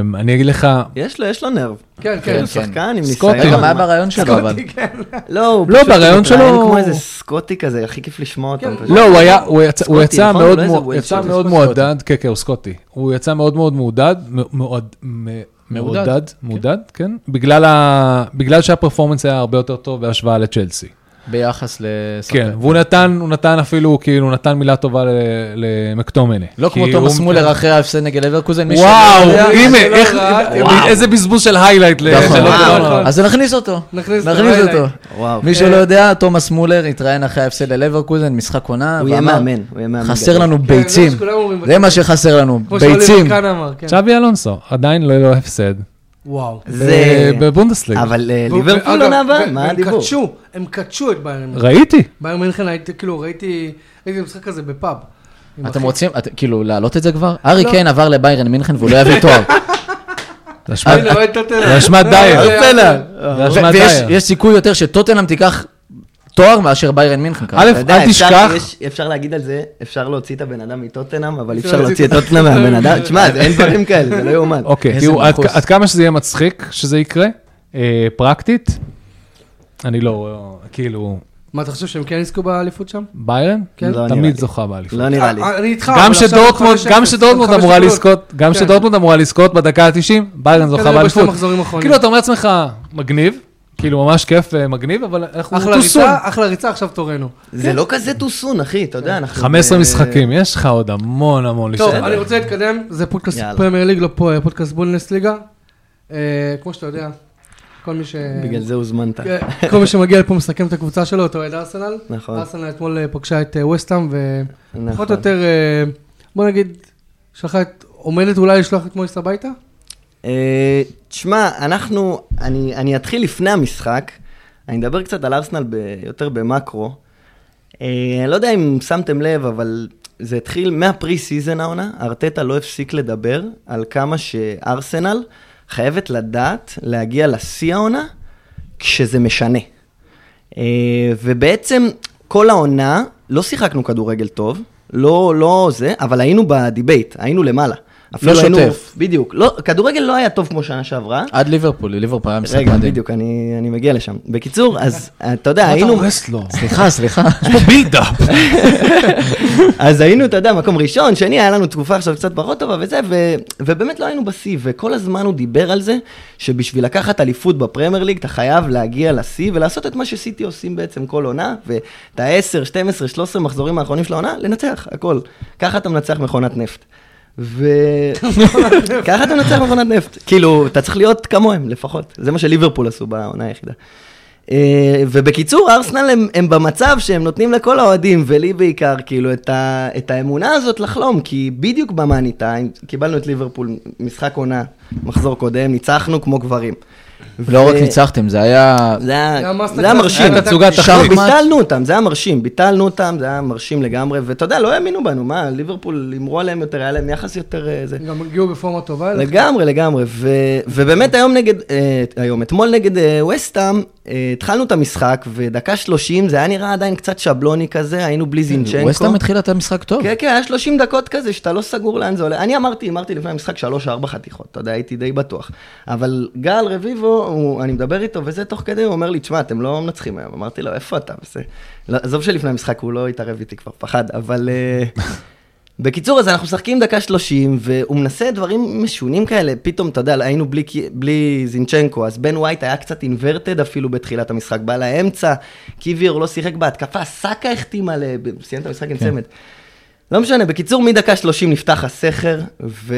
אמ, אני אגיד לך,
יש לו, יש לו נרב.
כן,
כן.
כן.
הוא שחקן עם
סקוטי.
ניסיון.
רגע, מה ברעיון שלו, אבל?
סקוטי, כן.
לא, הוא
לא,
פשוט
ברעיון
מתראיין
שלו-
כמו איזה סקוטי כזה, הכי כיף לשמוע אותו.
כן,
פשוט.
לא, הוא היה, הוא יצא, הוא
סקוטי,
יצא
נכון?
מאוד,
לא איזה
מוע-
ווילס
יצא
כזה.
מאוד
סקוטי.
מועדד, כן, כן, הוא סקוטי. הוא יצא מאוד מאוד מעודד, מעודד,
מעודד.
מעודד, מעודד, כן, בגלל ה- בגלל שהפרפורמנס היה הרבה יותר טוב בהשוואה לצ'לסי.
ביחס לשחקן.
כן, והוא נתן, הוא נתן אפילו, כאילו, הוא נתן מילה טובה ל- למקטומני.
לא כמו
כי הוא-
תומאס מולר אחרי ההפסד נגד לברקוזן. מי
וואו,
שלא יודע-
יודע,
הנה,
שלא
איך-
ראה,
וואו. איזה בזבוז של היילייט. ל-
נכון.
של
וואו.
אוקטובר.
אז נכניס אותו.
נכניס אותו, לא אה.
נכניס
highlight.
אותו.
וואו.
מי שלא יודע, תומאס מולר התראיין אחרי ההפסד ללברקוזן, משחק עונה,
הוא יהיה מאמן, הוא יהיה מאמן.
חסר
גדול."
לנו
כן, זה מה
ביצים.
שכולם אומרים
זה מה שחסר לנו,
כמו
ביצים.
שאוליבר כאן אמר, כן.
צ'אבי אלונסו, עדיין לא יהיה לו הפסד. אה,
וואו.
זה...
ב- בבונדסליג.
אבל אה,
והוא-
ליברפול
ואגב,
עונה הבאה,
ו-
מה
והם
הדיבור?
קדשו, הם קדשו את ביירן מינכן.
ראיתי.
ביירן מינכן, הייתי- כאילו, ראיתי ראיתי משחק כזה בפאב.
אה,
עם
אתם
אחי.
רוצים, את- כאילו, להעלות את זה כבר? ארי
לא.
קיין עבר לביירן מינכן והוא לא יביא תואר.
זה אשמת-
הנה, רואה את טוטנהאם.
זה אשמת
לא,
דייר.
זה-
זה
ו-
אשמת
ויש
דייר.
יש סיכוי יותר שטוטנאם תיקח תואר מאשר ביירן מינכן. כרגע.
א',
אתה יודע,
אל
אפשר-
תשכח,
יש- אפשר להגיד על זה, אפשר להוציא את הבן אדם מטוטנאם, אבל אי
אפשר
אפשר
להוציא
להוציא את
את
טוטנאם מהבן
הטוטנהאם.
אדם. תשמע, זה- אין דברים כאלה, זה לא יאומן.
אוקיי,
איזה
תראו, עד-
מנחוס.
עד כמה שזה יהיה מצחיק שזה יקרה, אה, פרקטית, אני לא, אה, כאילו,
מה, אתה חושב שהם כן יזכו באליפות שם?
ביירן,
כן.
לא נראה
תמיד
לי.
זוכה באליפות.
לא נראה לי.
אה, אני איתך.
גם
אבל עכשיו
שדורטמונד,
חמש
גם
אפס,
שדורטמונד
חמש
אמורה
נקודות.
לזכות, גם
כן.
שדורטמונד אמורה לזכות בדקה ה-90, ביירן זוכה
כנראה בשני
באליפות.
מחזורים אחרונים.
כאילו, אתה אומר לעצמך, מגניב, כאילו, ממש כיף ומגניב, אבל אנחנו
אחלה
טוסון.
ריצה, אחלה ריצה, עכשיו תורנו.
זה לא כזה טוסון, אחי, אתה יודע, אנחנו...
15
ב-
משחקים, יש לך עוד המון המון
אה, טוב,
לשחק.
אני רוצה להתקדם, זה פודקאסט
יאללה.
פרמייר ליג, לא פה, פודקאסט בונדסליגה. אה, כמו שאתה יודע, כל מי ש...
בגלל זה הוזמנת.
כן, כל מי שמגיע לפה מסכם את הקבוצה שלו, אתה אוהד ארסנל.
נכון.
ארסנל אתמול אה, פגשה את ווסטאם,
נכון.
ופחות או יותר, אה, בוא נגיד, שלחה את, עומדת אולי לשלוח את מויס הביתה?
אה, תשמע, אנחנו, אני, אני אתחיל לפני המשחק, אני אדבר קצת על ארסנל ב, יותר במקרו. אה, אני לא יודע אם שמתם לב, אבל זה התחיל מהפרי סיזן העונה, ארטטה לא הפסיק לדבר על כמה שארסנל חייבת לדעת להגיע לשיא העונה כשזה משנה. אה, ובעצם כל העונה לא שיחקנו כדורגל טוב, לא, לא זה, אבל היינו בדיבייט, היינו למעלה. אפילו
לא
היינו-
שוטף.
בדיוק. לא, כדורגל לא היה טוב כמו שנה שעברה.
אה,
עד ליברפול, ליברפול היה משחק
רגע,
מדהים.
בדיוק, אני, אני מגיע לשם. בקיצור, אז אתה יודע,
מה אתה
היינו,
הורס לו?
סליחה, סליחה.
יש פה בילדאפ.
אז היינו, אתה יודע, מקום ראשון, שני, היה לנו תקופה עכשיו קצת פחות טובה וזה, ו, ובאמת לא היינו בשיא, וכל הזמן הוא דיבר על זה, שבשביל לקחת אליפות בפרמייר ליג, אתה חייב להגיע לשיא ולעשות את מה שסיטי עושים בעצם כל עונה, ואת ה-10, 12, 13 מחזורים האחרונים של העונה, לנצח, הכל. ככה אתה מנצח מכונת נפט. ו... ככה אתה מנצח מכונת נפט. כאילו, אתה צריך להיות כמוהם לפחות. זה מה שליברפול עשו בעונה היחידה. אה, ובקיצור, ארסנל הם, הם במצב שהם נותנים לכל האוהדים, ולי בעיקר, כאילו, את, ה, את האמונה הזאת לחלום, כי בדיוק במאני טיים, קיבלנו את ליברפול, משחק עונה, מחזור קודם, ניצחנו כמו גברים.
לא רק ניצחתם, זה היה...
זה היה
המאסטר
זה היה
קלאס.
מרשים.
היה תצוגת
שם
לא,
תחליט.
ביטלנו אותם, זה היה מרשים, ביטלנו אותם, זה היה מרשים לגמרי, ואתה יודע, לא האמינו בנו, מה, ליברפול, הימרו עליהם יותר, היה להם יחס יותר... אה, זה.
כן.
גם הגיעו בפורמה טובה. אליך.
לגמרי, לגמרי, ו, ובאמת היום נגד, אה, היום, אתמול נגד אה, וסטאם, אה, התחלנו את המשחק, ודקה 30, זה היה נראה עדיין קצת שבלוני כזה, היינו בלי
כן,
זינצ'נקו.
ווסטהאם התחילה את המשחק טוב.
כן, כן, היה 30 דקות כזה, שאתה לא סגור לאן זה הולך. אני אמרתי, אמרתי לפני המשחק 3-4 חתיכות, אתה יודע, הייתי די בטוח. אבל גל רביבו, הוא, אני מדבר איתו, וזה תוך כדי, הוא אומר לי, תשמע, אתם לא מנצחים היום. אמרתי לו, איפה אתה? וזה... לא, עזוב שלפני המשחק הוא לא התערב איתי כבר, פחד, אבל... אה, בקיצור, אז אנחנו משחקים דקה 30, והוא מנסה דברים משונים כאלה, פתאום, אתה יודע, היינו בלי, קי- בלי זינצ'נקו, אז בן ווייט היה קצת אינברטד אפילו בתחילת המשחק, בא לאמצע, קיוויר לא שיחק בהתקפה, סאקה החתים על... סיים את המשחק עם צמד. לא משנה, בקיצור, מדקה 30 נפתח הסכר, ו...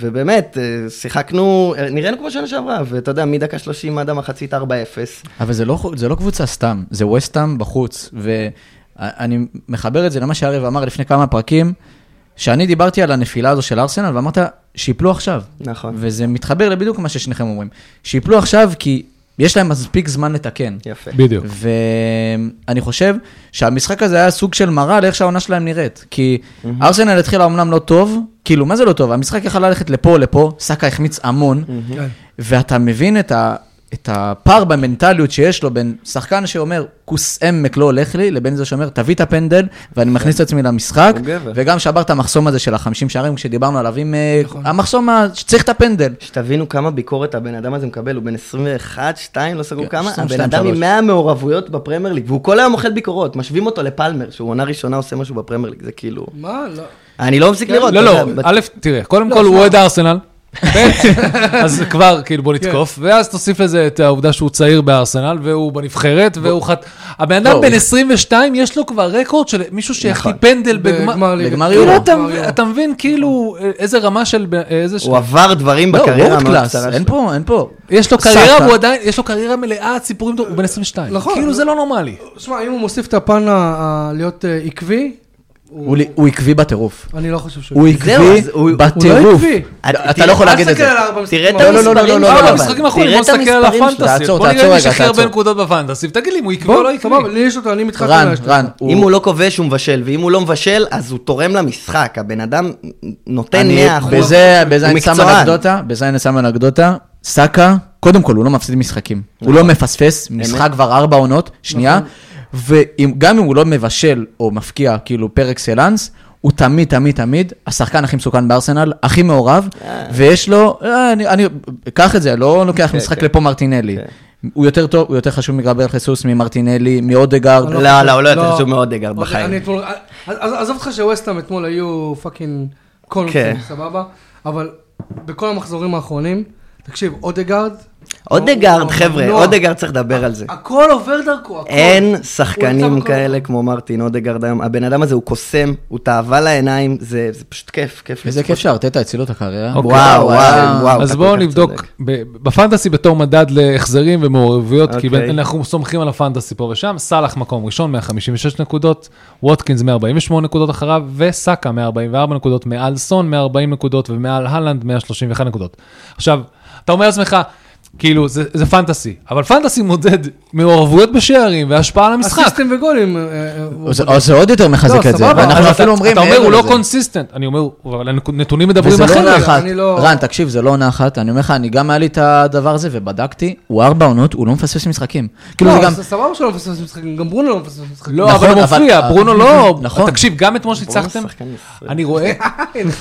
ובאמת, אה, שיחקנו, אה, נראינו כמו שנה שעברה, ואתה יודע, מדקה 30 עד המחצית 4-0.
אבל זה לא, זה לא קבוצה סתם, זה ווסטהאם בחוץ. ואני מחבר את זה למה שאריב אמר לפני כמה פרקים, שאני דיברתי על הנפילה הזו של ארסנל, ואמרת, שיפלו עכשיו.
נכון.
וזה מתחבר לבדיוק מה ששניכם אומרים. שיפלו עכשיו כי יש להם מספיק זמן לתקן.
יפה.
בדיוק.
ואני חושב שהמשחק הזה היה סוג של מראה לאיך שהעונה שלהם נראית. כי ארסנל התחילה אומנם לא טוב, כאילו, מה זה לא טוב? המשחק יכל ללכת לפה, לפה, סאקה החמיץ המון,
כן.
ואתה מבין את, ה, את הפער במנטליות שיש לו בין שחקן שאומר, כוס עמק לא הולך לי, לבין זה שאומר, תביא את הפנדל, ואני מכניס את עצמי למשחק,
כן. הוא גבר.
וגם שבר את המחסום הזה של החמישים שערים, כשדיברנו עליו, עם אה,
נכון.
המחסום ה- שצריך את הפנדל.
שתבינו כמה ביקורת הבן אדם הזה מקבל, הוא בן 21, 2, לא סגור
כן,
כמה,
22,
הבן אדם עם
שלוש.
100 מעורבויות בפרמייר ליג, והוא כל היום אוכל ביקורות, משווים אותו לפלמר, שהוא עונה ראשונה עושה משהו בפרמייר ליג, זה כאילו...
מה? לא.
אני לא מפסיק לראות.
לא,
אתה
לא,
יודע, בת-
א', תראה,
לא,
קודם כל הוא אוהד ארסנל. ב', אז כבר, כאילו,
כן.
בוא נתקוף, ואז תוסיף לזה את העובדה שהוא צעיר בארסנל, והוא בנבחרת, והוא חת... הבן
לא,
אדם בן
הוא-
22, יש לו כבר רקורד של מישהו שהחטיא
נכון.
פנדל
בגמר
בגמר...
ליגה.
בגמר
כאילו,
יורו.
אתה-
בגמר יורו.
אתה מבין, כאילו, איזה רמה של... ב- איזה... ש-
הוא עבר דברים
לא,
בקריירה
וורד
המאוד
קלאס,
קצרה
אין
שלו.
פה, אין פה.
יש לו קריירה,
סאקה.
הוא עדיין, יש לו קריירה מלאה, סיפורים טובים, הוא בן 22.
נכון.
כאילו, זה לא נורמלי.
שמע, אם הוא מוסיף את הפן ה- ה- להיות אה, עקבי,
הוא לי- הוא עקבי בטירוף.
אני לא חושב שהוא...
הוא
זהו,
עקבי
אז הוא- הוא לא
בטירוף.
עקבי.
אתה- אתה
תראה,
לא יכול
אל
להגיד את
תסתכל
זה.
על הארבע משחקים
תראה את
האחרונות.
לא, לא, לא,
המספרים
לא,
שלו,
לא,
אבל
אבל-
המשחקים אה, האחרונים,
תראה
בוא
את
נסתכל על
המספרים שלו.
הפנטסי.
תעצור,
בוא נראה
תעצור
אם
רגע,
ישחרר
תעצור.
בין נקודות בפנטסי, תגיד לי אם הוא עקבי או
בוא,
לא עקבי.
סבבה, לי יש אותו, אני מתחתן.
רן, רן,
אם הוא לא כובש, הוא מבשל, ואם הוא לא מבשל, אז הוא תורם למשחק. הבן אדם נותן 100
אני-
אחוז.
בזה בזה
הוא
אני שם
מקצוען.
אנקדוטה, בזה אני שם אנקדוטה. סאקה, קודם כל, הוא לא מפסיד משחקים. הוא
נכון.
לא מפספס, משחק כבר ארבע עונות, שנייה. וגם אם הוא לא מבשל או מפקיע, כאילו פר אקסלנס, הוא תמיד, תמיד, תמיד השחקן הכי מסוכן בארסנל, הכי מעורב, ויש לו, אה, אני- אני, קח את זה,
כן,
לא לוקח משחק לפה מרטינלי. הוא יותר טוב, הוא יותר חשוב מגרבר חיסוס, ממרטינלי, מאודגרד.
לא, לא, הוא לא יותר חשוב מאודגרד
אוקיי,
בחיים.
אני אתמול- אז- אז- עזוב אותך שווסטהאם אתמול היו פאקינג קונפים,
כן.
סבבה? אבל בכל המחזורים האחרונים, תקשיב, אודגרד...
אודגרד,
לא,
הוא-
חבר'ה,
הוא-
אודגרד צריך לדבר על זה.
הכל עובר דרכו, הכל.
אין
הוא
שחקנים
נמצא בכל
כאלה
מקום.
כמו מרטין אודגרד היום. הבן אדם הזה הוא קוסם, הוא תאווה לעיניים, זה זה פשוט כיף, כיף.
איזה
לצפות.
כיף שארטטה הציל לו את הקריירה.
אוקיי.
וואו,
היה-
וואו, וואו.
אז
אתה
בואו
כל כך
נבדוק,
צודק.
ב- בפנטסי בתור מדד להחזרים ומעורבויות, כי
אוקיי.
אנחנו סומכים על הפנטסי פה ושם, סאלח מקום ראשון, 156 נקודות, ווטקינס 148 נקודות אחריו, וסאקה 144 נקודות, מעל סון 140 נקודות, ומעל הלנד 131 נקודות. עכשיו, אתה אומר לעצמך, כאילו, זה, זה פנטסי, אבל פנטסי מודד מעורבויות בשערים והשפעה על המשחק.
אסיסטים וגולים. אה, אה, הוא-
זה- זה עוד יותר מחזק
לא,
את זה,
סבבה.
אבל
ואנחנו
אתה-
אפילו אומרים...
אתה אומר,
מעבר
הוא לא
לזה.
קונסיסטנט. אני אומר, אבל הנתונים מדברים
וזה לא
אחרת.
עונה אחת.
אני לא-
רן, תקשיב, זה לא עונה אחת. אני אומר לך, אני גם היה לי את הדבר הזה ובדקתי, הוא ארבע עונות, הוא לא מפספס משחקים. כאילו זה
לא,
גם...
זה סבבה שהוא לא מפספס משחקים, גם ברונו לא מפספס משחקים.
לא, אבל
נכון,
הוא
אבל-
מופיע, ברונו לא...
נכון.
תקשיב, גם אתמול שניצחתם,
שחקן מסריח.
אני רואה,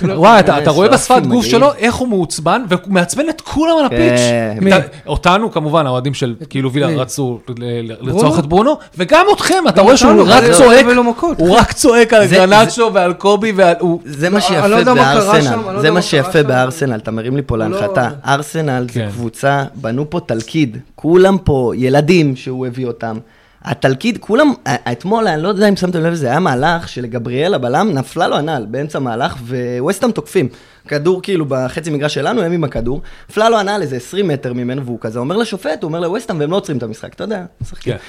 לא.
וואי, אתה אתה
יש
רואה
לו
בשפת
אופי
גוף
מדהים.
שלו איך הוא מעוצבן, והוא מעצבן את כולם על הפיץ'.
כן.
אתה-
מי?
אותנו, כמובן, האוהדים של כאילו וילה
מי?
רצו ל- ל- לרצוח את ברונו, וגם אתכם, אתה רואה
אותנו,
שהוא
אבל
רק
זה לא
צועק,
מקבל לו מכות.
הוא רק צועק על
זה-
גרנצ'ו ועל קובי ועל... הוא-
זה מה
לא, אני לא
שיפה
יודע מה קרה שם, אני לא
בארסנל,
יודע
זה
מה
מה
קרה
שיפה
שם.
בארסנל, אתה מרים לי פה
לא-
להנחתה. ארסנל זה
כן.
קבוצה, בנו פה תלכיד, כולם פה ילדים שהוא הביא אותם. התלכיד, כולם, א- אתמול, אני לא יודע אם שמתם לב לזה, היה מהלך שלגבריאל הבלם נפלה לו הנעל באמצע מהלך, וווסטהאם תוקפים. כדור כאילו בחצי מגרש שלנו, הם עם הכדור, נפלה לו הנעל איזה 20 מטר ממנו, והוא כזה אומר לשופט, הוא אומר לווסטהאם, והם לא עוצרים את המשחק, אתה יודע, משחקים.
כן.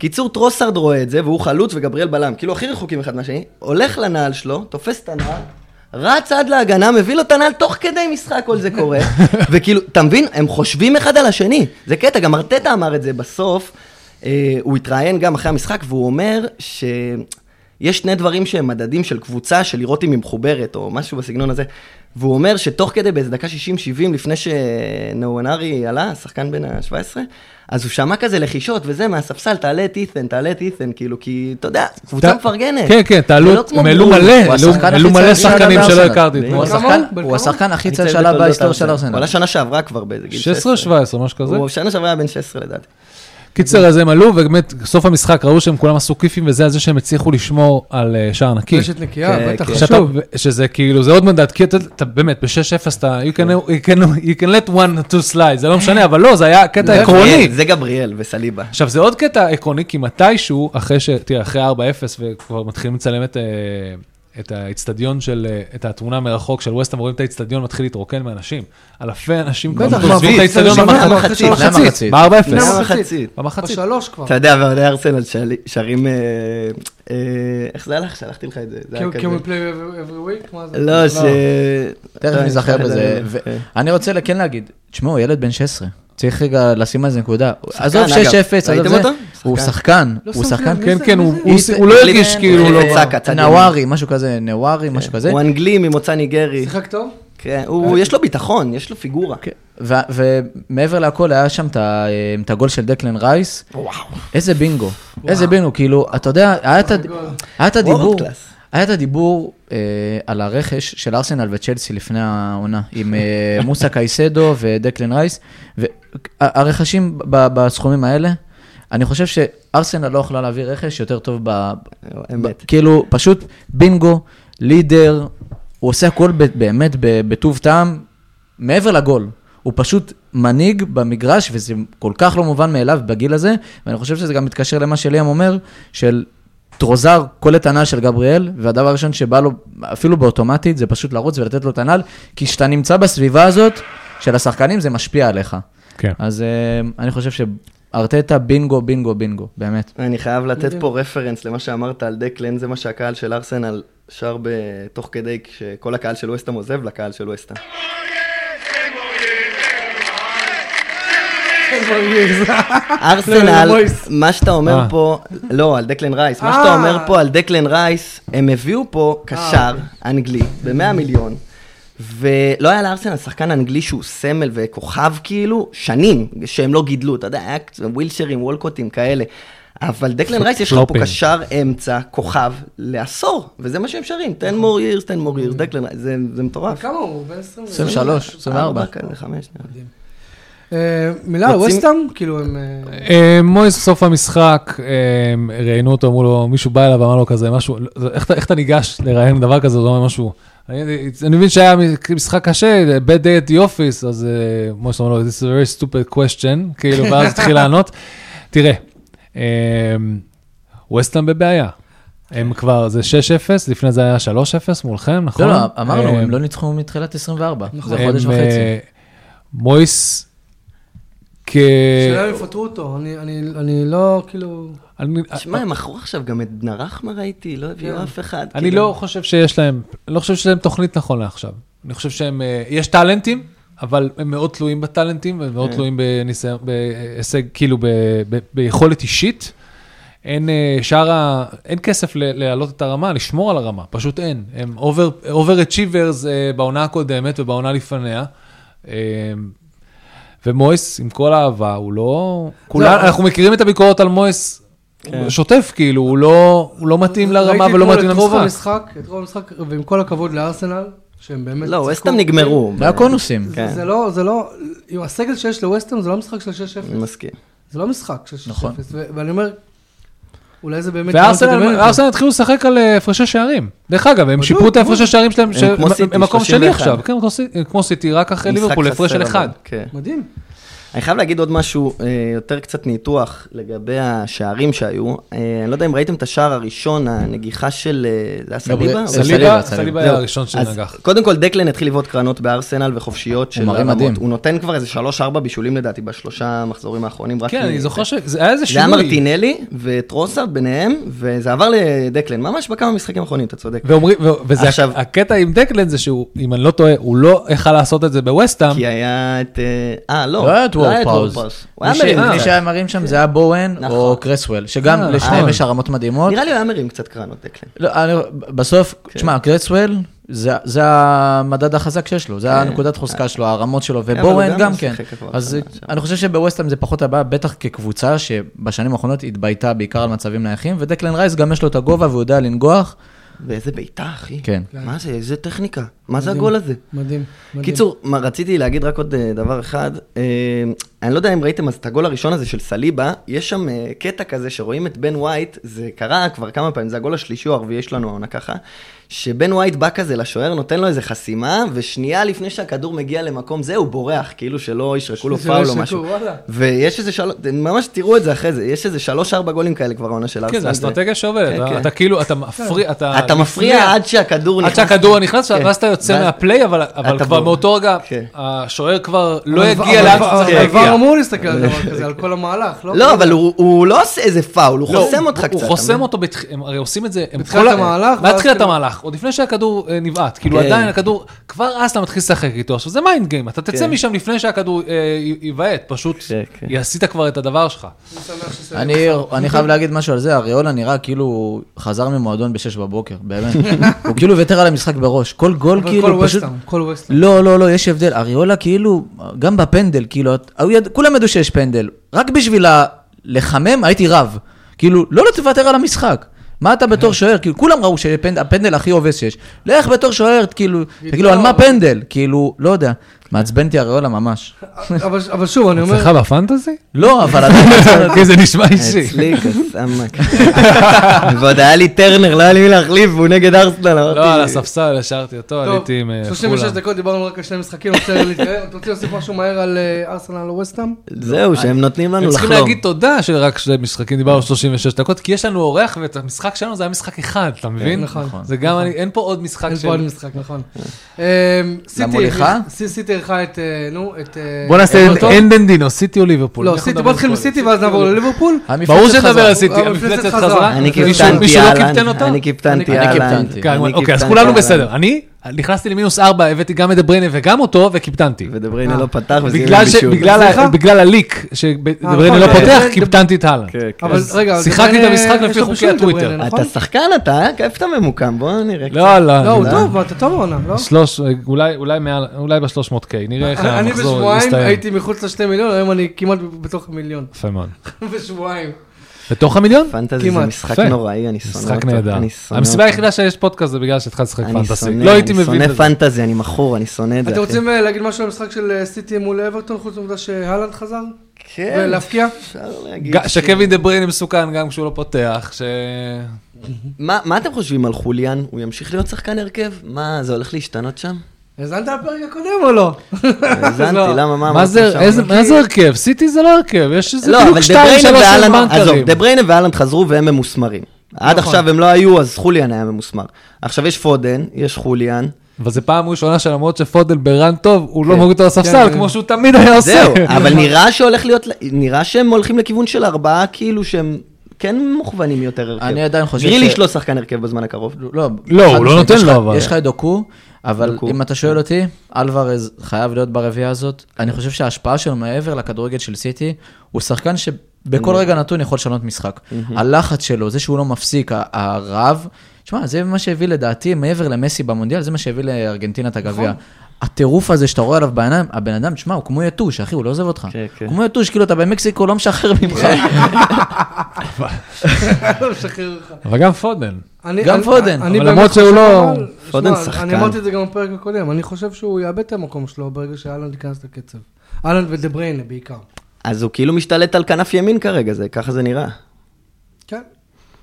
קיצור, טרוסארד רואה את זה, והוא חלוץ וגבריאל בלם, כאילו הכי רחוקים אחד מהשני, הולך לנעל שלו, תופס את הנעל, רץ עד להגנה, מביא לו את הנעל תוך כדי משחק, כל זה קורה. וכאילו, אתה מבין? הם חושבים אחד על השני. זה קטע, גם ארטטה אמר את זה בסוף. אה, הוא התראיין גם אחרי המשחק, והוא אומר ש... יש שני דברים שהם מדדים של קבוצה, של לראות אם היא מחוברת או משהו בסגנון הזה. והוא אומר שתוך כדי, באיזה דקה 60-70, לפני שנאונרי עלה, השחקן בן ה-17, אז הוא שמע כזה לחישות וזה, מהספסל, תעלה את אית'ן, תעלה את אית'ן, כאילו, כי אתה יודע, קבוצה
ת-
מפרגנת.
כן, כן, תעלו,
זה לא כמו
הם העלו
ברור.
מלא,
הוא
העלו-
השחקן
העלו
הכי צעיר
מלא שחקנים
בארסנל.
שלא הכרתי.
בן
הוא
כמה?
השחקן-
בן
הוא
כמה?
השחקן הכי
אני
צעיר
צעיר
שעלה
בתולדות
בהיסטוריה של
הוא
ארסנל.
עלה שנה שעברה כבר באיזה גיל
16-17, משהו כזה.
הוא שנה שעברה היה בן 16 לדעתי.
קיצר, אז הם עלו, ובאמת, סוף המשחק ראו שהם כולם עשו כיפים וזה, על זה שהם הצליחו לשמור על אה, שער נקי.
רשת נקייה,
כן,
בטח,
כן.
שאתה-
חשוב.
שזה כאילו, זה עוד מדד, כי אתה אתה באמת, ב-6-0 אתה, you
כן.
can- you can- you can let one two slide, זה לא משנה, אבל לא, זה היה קטע
זה
עקרוני.
גבריאל, זה גבריאל וסליבה.
עכשיו, זה עוד קטע עקרוני, כי מתישהו, אחרי ש... תראה, אחרי 4-0, וכבר מתחילים לצלם את, אה, את האיצטדיון של... אה, את התמונה מרחוק של ווסטהאם, רואים את האיצטדיון מתחיל להתרוקן מאנשים. אלפי אנשים כבר
בטח,
עוזבים את
מה,
האיצטדיון
זה
במחצית.
במחצית,
זה
במחצית.
ב-4-0.
למה?
מחצית.
במחצית.
בשלוש כבר.
אתה יודע, ואוהדי ארסנל שלי- שרים... אה, אה, איך זה הלך? שלחתי לך את זה. זה היה
Can-
כזה.
Can we play every- every week? מה זה?
לא, ש...
תכף
לא,
נזכר
אני-
בזה. ו-
כן.
אני רוצה כן להגיד, תשמעו, הוא ילד בן 16, צריך רגע לשים על זה נקודה. עזוב 6-0,
אגב.
עזוב
ראיתם
זה,
אותו?
הוא
שחקן.
שחקן,
לא
הוא
שמתי
שחקן.
לב, מי
כן,
זה?
כן,
מי
הוא-
זה?
הוא עוש- הוא לא
החליף-
הרגיש כאילו לא...
החליף את סאקה, צד ימין.
נווארי, משהו כזה, נווארי, משהו כזה.
כן. הוא אנגלי ממוצא ניגרי.
שיחק טוב?
כן, הוא- יש לו ביטחון, יש לו פיגורה.
ו- ומעבר להכל, היה שם את ה- אה, את הגול של דקלן רייס. איזה בינגו, איזה בינגו, כאילו, אתה יודע, היה את ה-
גול.
היה את הדיבור,
World class.
היה את הדיבור אה, על הרכש של ארסנל וצ'לסי לפני העונה, עם אה, מוסא קייסדו ודקלן רייס, והרכשים ב- בסכומים האלה, אני חושב שארסנל לא יכולה להביא רכש יותר טוב, ב-
אמת.
ב- כאילו, פשוט בינגו, לידר, הוא עושה הכל ב- באמת ב- בטוב טעם, מעבר לגול. הוא פשוט מנהיג במגרש, וזה כל כך לא מובן מאליו בגיל הזה, ואני חושב שזה גם מתקשר למה שליאם אומר, של טרוזר קולט הנעל של גבריאל, והדבר הראשון שבא לו, אפילו באוטומטית, זה פשוט לרוץ ולתת לו את הנעל, כי כשאתה נמצא בסביבה הזאת של השחקנים, זה משפיע עליך.
כן.
אז אה, אני חושב שארטטה בינגו, בינגו, בינגו, באמת.
אני חייב לתת
בדיוק.
פה רפרנס למה שאמרת על דקלן, זה מה שהקהל של ארסנל שר ב- תוך כדי כשכל הקהל של ווסטהאם עוזב לקהל של ווסטהאם.
לא, לא,
ארסנל,
מויס.
מה שאתה
אה.
אומר פה, לא, על דקלן רייס, מה
אה.
שאתה אומר פה על דקלן רייס, הם הביאו פה קשר אנגלי ב-100 מיליון, ולא היה לארסנל שחקן אנגלי שהוא סמל וכוכב כאילו, שנים, שהם לא גידלו, אתה יודע, היה קצת ווילשרים, וולקוטים כאלה. אבל דקלן רייס יש לך פה
פלופים.
קשר אמצע, כוכב, לעשור, וזה מה שהם שרים, 10 more years, 10 more years, דקלן רייס, זה זה מטורף.
כמה הוא? בן 20?
23, 24.
ארבע, חמש, נראה לי.
אה, מילה על
רוצים-
ווסטאם? כאילו הם... אה,
אה, מויס סוף המשחק, אה, ראיינו אותו, אמרו לו, מישהו בא אליו ואמר לו כזה משהו, לא, איך אתה- איך אתה ניגש לראיין דבר כזה, הוא אמר משהו, אני אני מבין שהיה משחק קשה, bad day at the office, אז אה, מויס אמר לו, this is a very stupid question, כאילו, ואז התחיל לענות. תראה, אה, ווסטהאם בבעיה. הם כבר, זה 6-0, לפני זה היה 3-0 מולכם, נכון?
לא, לא, אמרנו,
אה,
הם לא ניצחו מתחילת 24, זה
הם,
חודש וחצי.
אה, מויס, כ...
שאלה אם יפטרו אותו, אני- אני אני לא כאילו...
אני-
שמע, הם מכרו עכשיו גם את בן רחמה ראיתי, לא הביאו
כן.
אף אחד.
אני
כאילו.
לא חושב שיש להם, אני לא חושב שיש להם תוכנית נכון לעכשיו. אני חושב שהם, אה, יש טאלנטים, אבל הם מאוד תלויים בטאלנטים, והם מאוד
כן.
תלויים בניסיון, בהישג, כאילו, ב, ב, ביכולת אישית. אין אה, שאר ה... אין כסף ל- להעלות את הרמה, לשמור על הרמה, פשוט אין. הם אובר אצ'יברס בעונה הקודמת ובעונה לפניה. אה, ומויס, עם כל האהבה, הוא לא... כולם,
אבל-
אנחנו מכירים את הביקורת על מויס
כן.
שוטף, כאילו, הוא לא, הוא לא מתאים לרמה
ראיתי
ולא
אתמול
מתאים
את רוב
למשחק.
המשחק, את רוב המשחק, ועם כל הכבוד לארסנל, שהם באמת...
לא,
שיחקו-
ווסטהאם נגמרו.
זה הקונוסים.
כן.
זה לא, זה לא, עם הסגל שיש לווסטהאם זה לא משחק של 6-0,
נכון.
אני מסכים.
זה לא משחק של 6-0,
נכון.
ו- ואני אומר, אולי זה באמת...
וארסנל
באמת-
וארסנל התחילו לשחק על אה, הפרשי שערים. דרך אגב, הם שיפרו את ההפרשי שערים שלהם, ש-
כמו
הם
סיטי,
הם מקום שני
31.
עכשיו, כן, כמו סי- כמו סיטי, רק אחרי
משחק
ליברפול, הפרש
חסר,
של
אבל,
אחד.
כן.
מדהים.
אני חייב להגיד עוד משהו, אה, יותר קצת ניתוח לגבי השערים שהיו. אה, אני לא יודע אם ראיתם את השער הראשון, הנגיחה של... אה, זה היה סליבה?
סליבה.
סליבה,
סליבה
סליבה היה
זהו.
הראשון
אז
שנגח.
קודם כל, דקלן התחיל לבעוט קרנות בארסנל וחופשיות של
הוא מראה מדהים.
הוא נותן כבר איזה שלוש-ארבע בישולים לדעתי בשלושה המחזורים האחרונים. רק
כן,
מ-
אני זוכר שזה היה איזה
זה היה
שינוי.
מרטינלי וטרוסארד ביניהם, וזה עבר לדקלן, ממש בכמה משחקים האחרונים, אתה צודק.
ואומרים, ו- וזה
עכשיו-
הקטע עם דקלן זה שהוא, אם אני לא טועה, הוא לא יכל לעשות את זה בווסטאם.
כי היה את... אה, אה, לא.
אמ- לא היה את וורפאוז.
וורפאוז. הוא
מי
היה אה,
ש-
מרים
מי
קצת.
שהיה מרים שם זה היה בואן
נכון.
או קרסוול, שגם
אה,
לשניהם
נכון.
יש הרמות מדהימות.
נראה כן. לי הוא היה מרים קצת קרנות, דקלן.
לא, אני, בסוף, תשמע, קרסוול, זה, זה המדד החזק שיש לו, זה הנקודת חוזקה שלו, הרמות שלו,
כן. אבל הוא
ובורן
גם
גם
לא
כן.
שיחק כבר
אז
שנה עכשיו.
אני חושב שבווסטהאם זה פחות הבעיה, בטח כקבוצה שבשנים האחרונות התבייתה בעיקר על מצבים נייחים, ודקלן רייס גם יש לו את הגובה והוא יודע לנגוח.
ואיזה בעיטה, אחי.
כן.
מה זה, איזה טכניקה. מה זה הגול הזה?
מדהים, מדהים.
קיצור, מה, רציתי להגיד רק עוד אה, דבר אחד. אה, אני לא יודע אם ראיתם אז את הגול הראשון הזה של סליבה, יש שם אה, קטע כזה שרואים את בן ווייט, זה קרה כבר כמה פעמים, זה הגול השלישי או הרביעי שלנו העונה ככה, שבן ווייט בא כזה לשוער, נותן לו איזה חסימה, ושנייה לפני שהכדור מגיע למקום זה, הוא בורח, כאילו שלא ישרקו לו
שלא
פאול או
ישרקו,
משהו.
וואלה.
ויש איזה שלוש, אה, ממש תראו את זה אחרי זה, יש איזה שלוש-ארבע גולים כאלה כבר העונה
כן,
של
זו
ארסנל. זה-
אסטרטגיה שעובדת.
כן,
אתה-
כן.
אתה כאילו, אתה מפריע, אתה...
אתה מפריע עד שהכדור
עד
נכנס.
שהכדור נכנס,
כן.
ואז אתה יוצא
ואז-
מהפליי, אבל- אבל
אתה
כבר
בורח.
מאותו רגע,
כן.
השוער כבר לא
אבל-
יגיע
אבל-
לאן
אבל-
שצריך
אבל כבר
להגיע.
אמור להסתכל על דבר כזה, על כל המהלך, לא?
לא, אבל הוא- הוא לא עושה איזה פאול, הוא
לא,
חוסם אותך קצת.
הוא
אתה
חוסם
מבין?
אותו, בתח- הם הרי עושים את זה, הם
בתחילת
כל ה-
המהלך, ואז
מהתחילת
כאילו-
המהלך, עוד לפני שהכדור אה, נבעט, כאילו
כן.
עדיין הכדור, כבר אז אתה מתחיל לשחק איתו, עכשיו זה מיינד גיים, אתה תצא
כן.
משם לפני שהכדור אה, י- ייבעט, פשוט
כן, כן.
עשית כבר את הדבר שלך.
אני שמח שסליבה-
אני, אני חייב להגיד משהו על זה, אריולה נראה כאילו הוא חזר ממועדון ב-6 בבוקר, באמת. הוא כאילו ויתר על המשחק בראש, כל גול
אבל כל
כאילו פשוט...
ווסטהאם, כל ווסטהאם.
לא, לא, לא, יש הבדל. אריולה כאילו, גם בפנדל, כאילו, את- הוא יד, כולם ידעו שיש פנדל. רק בשביל ה- לחמם הייתי רב. כאילו, לא תוותר על המשחק. מה אתה בתור שוער? כאילו, כולם ראו שהפנדל הכי עובד שיש. לך בתור שוער, כאילו, כאילו, על מה פנדל? כאילו, לא יודע. מעצבן אותי אריולה ממש.
אבל אבל שוב, אני אומר,
בפנטזי?
לא, אבל עדיין...
כי אוקיי, זה נשמע אישי.
אה, אצלי קסאמק. ועוד היה לי טרנר, לא היה לי מי להחליף, והוא נגד ארסנל, אמרתי...
לא, על הספסל השארתי אותו,
טוב,
עליתי עם אה,
36
חולה.
דקות דיברנו רק על שני משחקים, אני רוצה להתקרב. אתם רוצים להוסיף משהו מהר על אה, ארסנל או ווסטהאם?
זהו, שהם נותנים לנו
הם צריכים
לחלום.
להגיד תודה שרק שני משחקים דיברנו 36 דקות, כי יש לנו אורח ואת המשחק שלנו זה היה משחק אחד, אתה מבין?
נכון.
זה גם, אני- אין פה עוד משחק
אין
של...
פה עוד משחק, נכון. אמ, סיטי-
למוליכה?
סי- סיטי אירחה את, אה, נו, את... אה,
בוא נעשה
אברטון.
אין דנדינו, סיטי או ליברפול.
לא,
אנחנו
סיטי,
נדבר
בוא
על
נתחיל
כל
מסיטי
זה.
ואז נעבור לליברפול.
ברור שנדבר על
חזרה.
סיטי,
המפלצת
המפלצת
חזרה.
חזרה.
אני
"אה, מישהו-
קיפטנתי
מישהו לא
אהלן,
קיפטן אותה?
אני קיפטנתי
אני
אהלן.
קיפטנתי.
כן,
אני
אוקיי, אז
קיפטנתי
כולנו
אהלן.
בסדר. אני נכנסתי למינוס 4, הבאתי גם את דבריינה וגם אותו, וקיפטנתי.
ודבריינה לא פתח, וזה
אה, בגלל ש-
בישול.
בגלל ה-
סליחה?
בגלל הליק
נכון,
שדבריינה לא
אה,
פותח,
אה,
קיפטנתי את הלאה.
כן, כן.
אבל רגע, אבל
שיחקתי
דבריינה-
את המשחק
יש
לפי
לו
חוקי
בישול
הטוויטר.
דבריינה, נכון?
אתה שחקן אתה, אה? איפה אתה ממוקם? בוא נראה. קצת.
לא, לא.
לא, הוא
אני-
טוב, אתה טוב העונה, לא?
שלוש, אה, אולי- אולי מעל- אולי ב-300K, נראה איך
אני
המחזור
בשבועיים
יסתיים.
הייתי מחוץ לשתי מיליון, היום אני כמעט בתוך מיליון.
יפה מאוד.
בשבועיים.
בתוך המיליון?
פנטזי זה
כמעט.
משחק
יפה.
נוראי, אני שונא אותו.
משחק נהדר.
אני שונא
המסיבה
אותו.
היחידה שיש פודקאסט זה בגלל שהתחלת לשחק
אני
פנטסי.
שונא,
לא הייתי
אני
מבין
שונא
את זה.
פנטזי, אני מכור, אני שונא את זה.
אתם
אחי.
רוצים אה, להגיד משהו על המשחק של אה, סיטי מול אברטון, חוץ מהעובדה שהלנד חזר?
כן,
ולהפקיע?
אפשר להגיד.
ג-
ש-
שקווין דה בריינה מסוכן גם כשהוא לא פותח, ש...
מה מה אתם חושבים על חוליאן? הוא ימשיך להיות שחקן הרכב? מה, זה הולך להשתנות שם?
האזנת לפרק הקודם או לא?
האזנתי,
לא.
למה, מה
מה
אמרת
זה,
שם?
איזה- מה זה הרכב? סיטי זה לא הרכב, יש איזה
לא, אבל
בדיוק
דה
שתיים,
בריינה
שלוש של נכון.
ואלנד, עזוב,
בנקרים.
דה בריינה ואלנד חזרו והם ממוסמרים. עד עכשיו הם לא היו, אז חוליאן היה ממוסמר. עכשיו יש פודן, יש חוליאן,
אבל זו פעם ראשונה שלמרות שפודל ברן טוב, הוא לא מוריד אותו לספסל,
כן.
כמו שהוא תמיד היה לא עושה.
זהו, אבל נראה שהולך להיות, נראה שהם הולכים לכיוון של ארבעה, כאילו שהם כן מוכוונים יותר הרכב.
אני עדיין חושב
גריליש
ש-
לא שחקן הרכב בזמן הקרוב.
לא,
לא, הוא לא
חד
נותן
משמעית, יש
לו,
לך-
אבל.
יש לך את דוקו, אבל
דוקו.
אם אתה שואל אותי, אלוורז חייב להיות ברביעייה הזאת. אני חושב שההשפעה שלו מעבר לכדורגל של סיטי, הוא שחקן שבכל
Mm-hmm.
רגע נתון יכול לשנות משחק. הלחץ שלו, זה שהוא לא מפסיק, ה- הרעב, תשמע, זה מה שהביא לדעתי, מעבר למסי במונדיאל, זה מה שהביא לארגנטינה את הגביע.
נכון.
הטירוף הזה שאתה רואה עליו בעיניים, הבן אדם, תשמע, הוא כמו יתוש, אחי, הוא לא עוזב אותך.
כן, כן.
כמו יתוש, כאילו אתה במקסיקו, לא משחרר ממך.
כן.
לא משחרר לך.
אבל גם פודן.
אני-
גם
אני-
פודן,
אני
אבל
באמת
למרות
חושב
שהוא לא-
אבל-
פודן
שמע,
שחקן.
אני אמרתי את זה גם בפרק הקודם, אני חושב שהוא יאבד את המקום שלו ברגע שאלנד ייכנס לקצב. אלנד ודה בריינה בעיקר.
אז הוא כאילו משתלט על כנף ימין כרגע, זה- ככה זה נראה.
כן,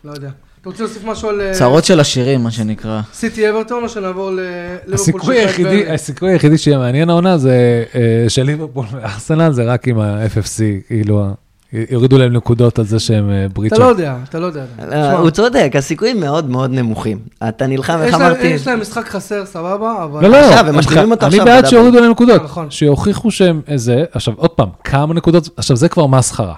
לא יודע. אתה רוצה להוסיף משהו על אה,
צרות של עשירים, מה שנקרא.
סיטי אברטון, או שנעבור לליברפול?
הסיכוי
של
היחידי, אה,
ברנלי?
הסיכוי היחידי שיהיה מעניין העונה זה אה, של ליברפול וארסנל, זה רק עם ה-FFC, כאילו, ה- יורידו להם נקודות על זה שהם אה, ברית
אתה
שם.
לא יודע, אתה לא יודע.
לא,
תשמע,
הוא צודק, הסיכויים מאוד מאוד נמוכים. אתה נלחם,
יש
איך
להם-
אמרתי?
יש להם משחק חסר, סבבה, אבל...
לא, לא,
עכשיו, הם
אני-
משלימים אותו
אני
עכשיו
בעד
בדאבל.
שיורידו להם נקודות,
נכון.
שיוכיחו שהם אה, זה, עכשיו עוד פעם, כמה נקודות, עכשיו זה כבר מסחרה.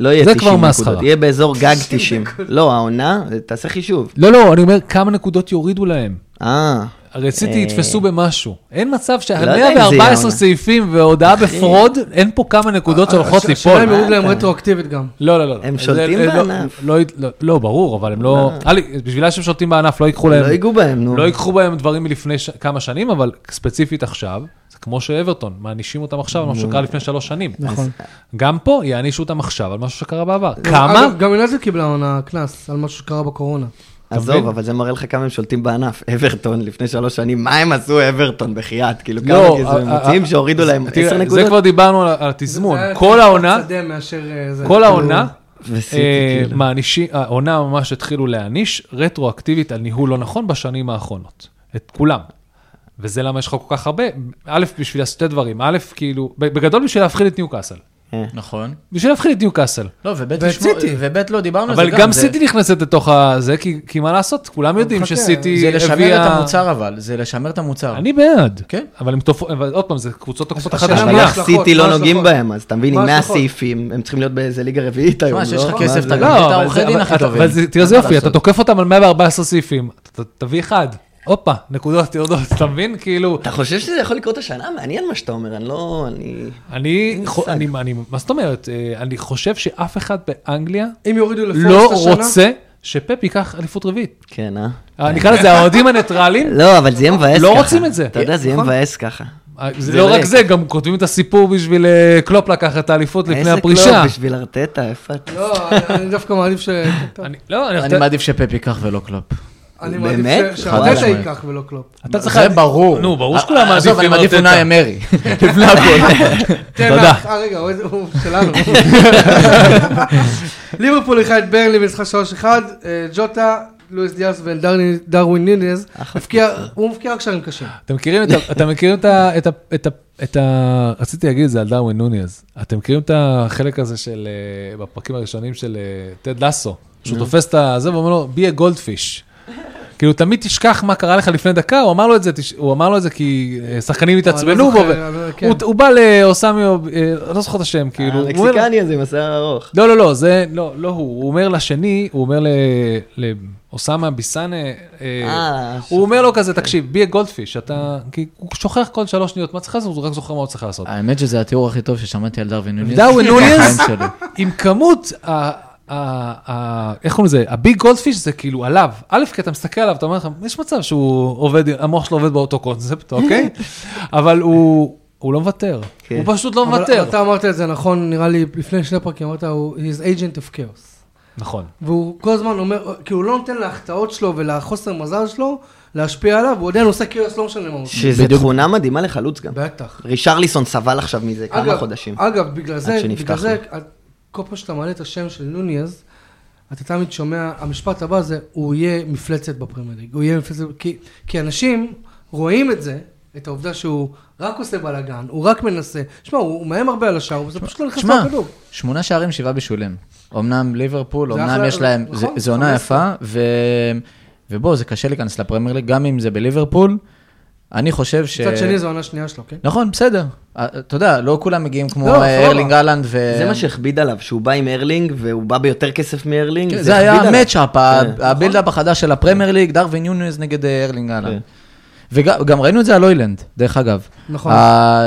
לא יהיה
זה
90
כבר
נקודות,
מסחרה.
יהיה באזור גג 90. לא, העונה, תעשה חישוב.
לא, לא, אני אומר, כמה נקודות יורידו להם.
אה,
הרי סיטי
אה.
יתפסו במשהו. אין מצב
לא יודע אם זה יהיה העונה. אה,
שה-114 סעיפים והודעה בפרוד, אין פה כמה נקודות שהולכות
הש- השאלה
ליפול.
אם יורידו להם רטרואקטיבית גם.
לא, לא, לא. לא.
הם
זה-
שולטים
אה, לא,
בענף.
לא, לא, לא, ברור, אבל הם לא... אלי, בגלל שהם שולטים בענף, לא ייקחו להם...
לא ייגעו בהם, נו.
לא ייקחו בהם דברים מלפני ש... כמה שנים, אבל ספציפית עכשיו, זה כמו שאברטון, מענישים אותם עכשיו על משהו שקרה לפני שלוש שנים.
נכון.
גם פה יענישו אותם עכשיו על משהו שקרה
לא,
בעבר. כמה?
לא, אגב, גם יונתן קיבלה עונה קנס על משהו שקרה בקורונה.
עזוב,
מבין?
אבל זה מראה לך כמה הם שולטים בענף. אברטון, לפני שלוש שנים, מה הם עשו אברטון בחייאת? כאילו, כמה
לא,
כזה
אה,
מוציאים
אה,
שהורידו להם
תראה,
10
זה כבר
נקודות?
דיברנו על ה- על התזמון.
זה היה יותר
כל העונה,
שדה מאשר, אה, זה.
כל העונה,
וסיטי,
אה,
כאילו.
מענישי- העונה ממש התחילו להעניש רטרואקטיבית על ניהול לא נכון בשנים האחרונות. את כולם. וזה למה יש לך כל כך הרבה. א', בשביל שתי דברים. א', כאילו, בגדול בשביל להפחיד את ניוקאסל.
אה.
נכון.
בשביל להפחיד את ניוקאסל.
לא, ובית
ואת
ישמור-
סיטי.
ובית לא, דיברנו על זה
אבל
גם.
גם
זה- לא,
סיטי נכנסת לתוך הזה, כי- כי מה לעשות, כולם יודעים
חכה,
שסיטי
זה
הביאה...
לשמר את המוצר אבל, זה לשמר את המוצר.
אני בעד.
כן.
אבל הם תופ... אבל עוד פעם, זה קבוצות תוקפות אחת
השאלה
אבל
מה
השנייה.
איך
ההשלכות?
סיטי
מה
לא
ההשלכות?
נוגעים בהם, אז אתה מבין,
מה
עם 100
ההשלכות?
סעיפים, הם צריכים להיות באיזה ליגה רביעית היום, לא?
שיש לך
מה
כסף,
זה?
אתה גם
לא,
את
אבל
העורכי
זה-
דין
אבל-
הכי טובים.
אבל זה- תראה
אין
איזה
מה
יופי, אתה
לעשות.
תוקף אותם על 114 סעיפים, אתה- תביא אחד, הופה, נקודות יורדות, אתה מבין? כאילו,
אתה חושב שזה יכול לקרות השנה? מעניין מה שאתה אומר, אני לא... אני...
אני, חו-
מושג.
אני, אני- מה זאת אומרת, אה, אני חושב שאף אחד באנגליה
אם יורידו
לא
לפורסט השנה...
רוצה שפפ ייקח אליפות רביעית.
כן, אה?
אה, נקרא לזה האוהדים הניטרלים,
לא, אבל זה יהיה מבאס
לא
ככה.
רוצים את זה.
אתה יודע, זה יהיה
נכון.
מבאס ככה.
אה, זה
זה
לא רק
ריק.
זה, גם כותבים את הסיפור בשביל אה, קלופ לקח את האליפות לפני
איזה
הפרישה.
קלוב לא, בשביל ארטטה, איפה אתה?
לא, אני- אני דווקא מעדיף ש...
אני- לא, אני-
אני מעדיף שפפ ייקח ולא קלופ.
אני מעדיף
באמת?
ש-
חד
שהרטטה
משמעית.
ייקח ולא קלופ.
אתה צריך...
זה ברור.
נו, ברור שכולם
אה,
מעדיפים
עזוב, אני מעדיף
ארטטה.
אונאי אמרי. לפני הכל.
תודה.
אה, רגע, הוא איזה- הוא שלנו. ליברפול אירחה את ברנלי במשחק 3-1, אה, ג'וטה, לואיס דיאס ודרווין נינז, הבקיע- הוא מבקיע רק שערים קשים.
אתם מכירים, את ה- אתם מכירים את, ה, את, ה, את, ה, את ה... רציתי להגיד את זה על דרווין נוניאז. אתם מכירים את החלק הזה של... אה, בפרקים הראשונים של אה, טד לסו, שהוא תופס את הזה ואומר לו, be a goldfish. כאילו, תמיד תשכח מה קרה לך לפני דקה, הוא אמר לו את זה, תש- הוא אמר לו את זה כי אה, שחקנים התעצבנו
לא
בו.
זוכר,
ו-
אבל כן.
הוא- הוא בא לאוסמי, או- אה, לא זוכר את השם, כאילו. הוא אומר לו-
המקסיקני הזה עם השיער הארוך.
לא, לא, לא, זה, לא, לא הוא. הוא אומר לשני, הוא אומר ל- לאוסאמה ביסאנה, אה,
אה,
הוא אומר לו כזה, תקשיב, בי הגולדפיש, אתה, כי הוא שוכח כל שלוש שניות מה צריך לעשות, הוא רק זוכר מה הוא צריך לעשות.
האמת שזה התיאור הכי טוב ששמעתי על דרווין נוניז.
דרווין נוניז?
בחיים שלי.
עם כמות, ה- ה- ה- איך קוראים לזה, הביג גולדפיש זה כאילו עליו. א', כי אתה מסתכל עליו, אתה אומר לך, יש מצב שהוא עובד, המוח שלו עובד באותו קונספט, אוקיי? אבל הוא... הוא לא מוותר,
כן.
הוא פשוט לא
אבל- אבל
מוותר.
אתה אמרת את זה נכון, נראה לי, לפני שני פרקים, אמרת, הוא he's agent of chaos.
נכון.
והוא כל הזמן אומר, כאילו הוא לא נותן להחטאות שלו ולחוסר מזל שלו להשפיע עליו, הוא עדיין עושה כאוס, לא משנה מה הוא עושה.
שזו
בדיוק.
תכונה מדהימה לחלוץ גם.
בטח.
רישרליסון סבל עכשיו מזה כמה
אגב-
חודשים.
אגב, בגלל זה,
שנפתח
בגלל זה,
לו.
את- כל פעם שאתה מעלה את השם של נוניאז, אתה תמיד שומע, המשפט הבא זה, הוא יהיה מפלצת בפרמייר ליג, הוא יהיה מפלצת, כי- כי אנשים רואים את זה, את העובדה שהוא רק עושה בלאגן, הוא רק מנסה, שמע, הוא הוא מאיים הרבה על השער, וזה פשוט לא נכנס
שמע,
לכדור.
שמונה שערים, שבעה בישולים. אמנם ליברפול,
זה
אמנם
אחלה-
יש להם, זה-
נכון,
זה עונה
15.
יפה, ו... ובוא, זה קשה להיכנס לפרמייר ליג, גם אם זה בליברפול. אני חושב ש...
מצד שני זו העונה השנייה שלו, כן?
נכון, בסדר. אה, אתה יודע, לא כולם מגיעים כמו
לא,
אה,
סבבה.
ארלינג אהלנד
אה,
ו...
זה מה שהכביד עליו, שהוא בא עם ארלינג, והוא בא ביותר כסף מארלינג.
כן, זה היה
הכביד עליו.
המצ'אפ,
כן.
הבילדאפ החדש של הפרמייר ליג, דרווין יוניוז נגד אה, ארלינג
כן.
אהלנד. וגם גם ראינו את זה על אוילנד, דרך אגב.
נכון.
ה-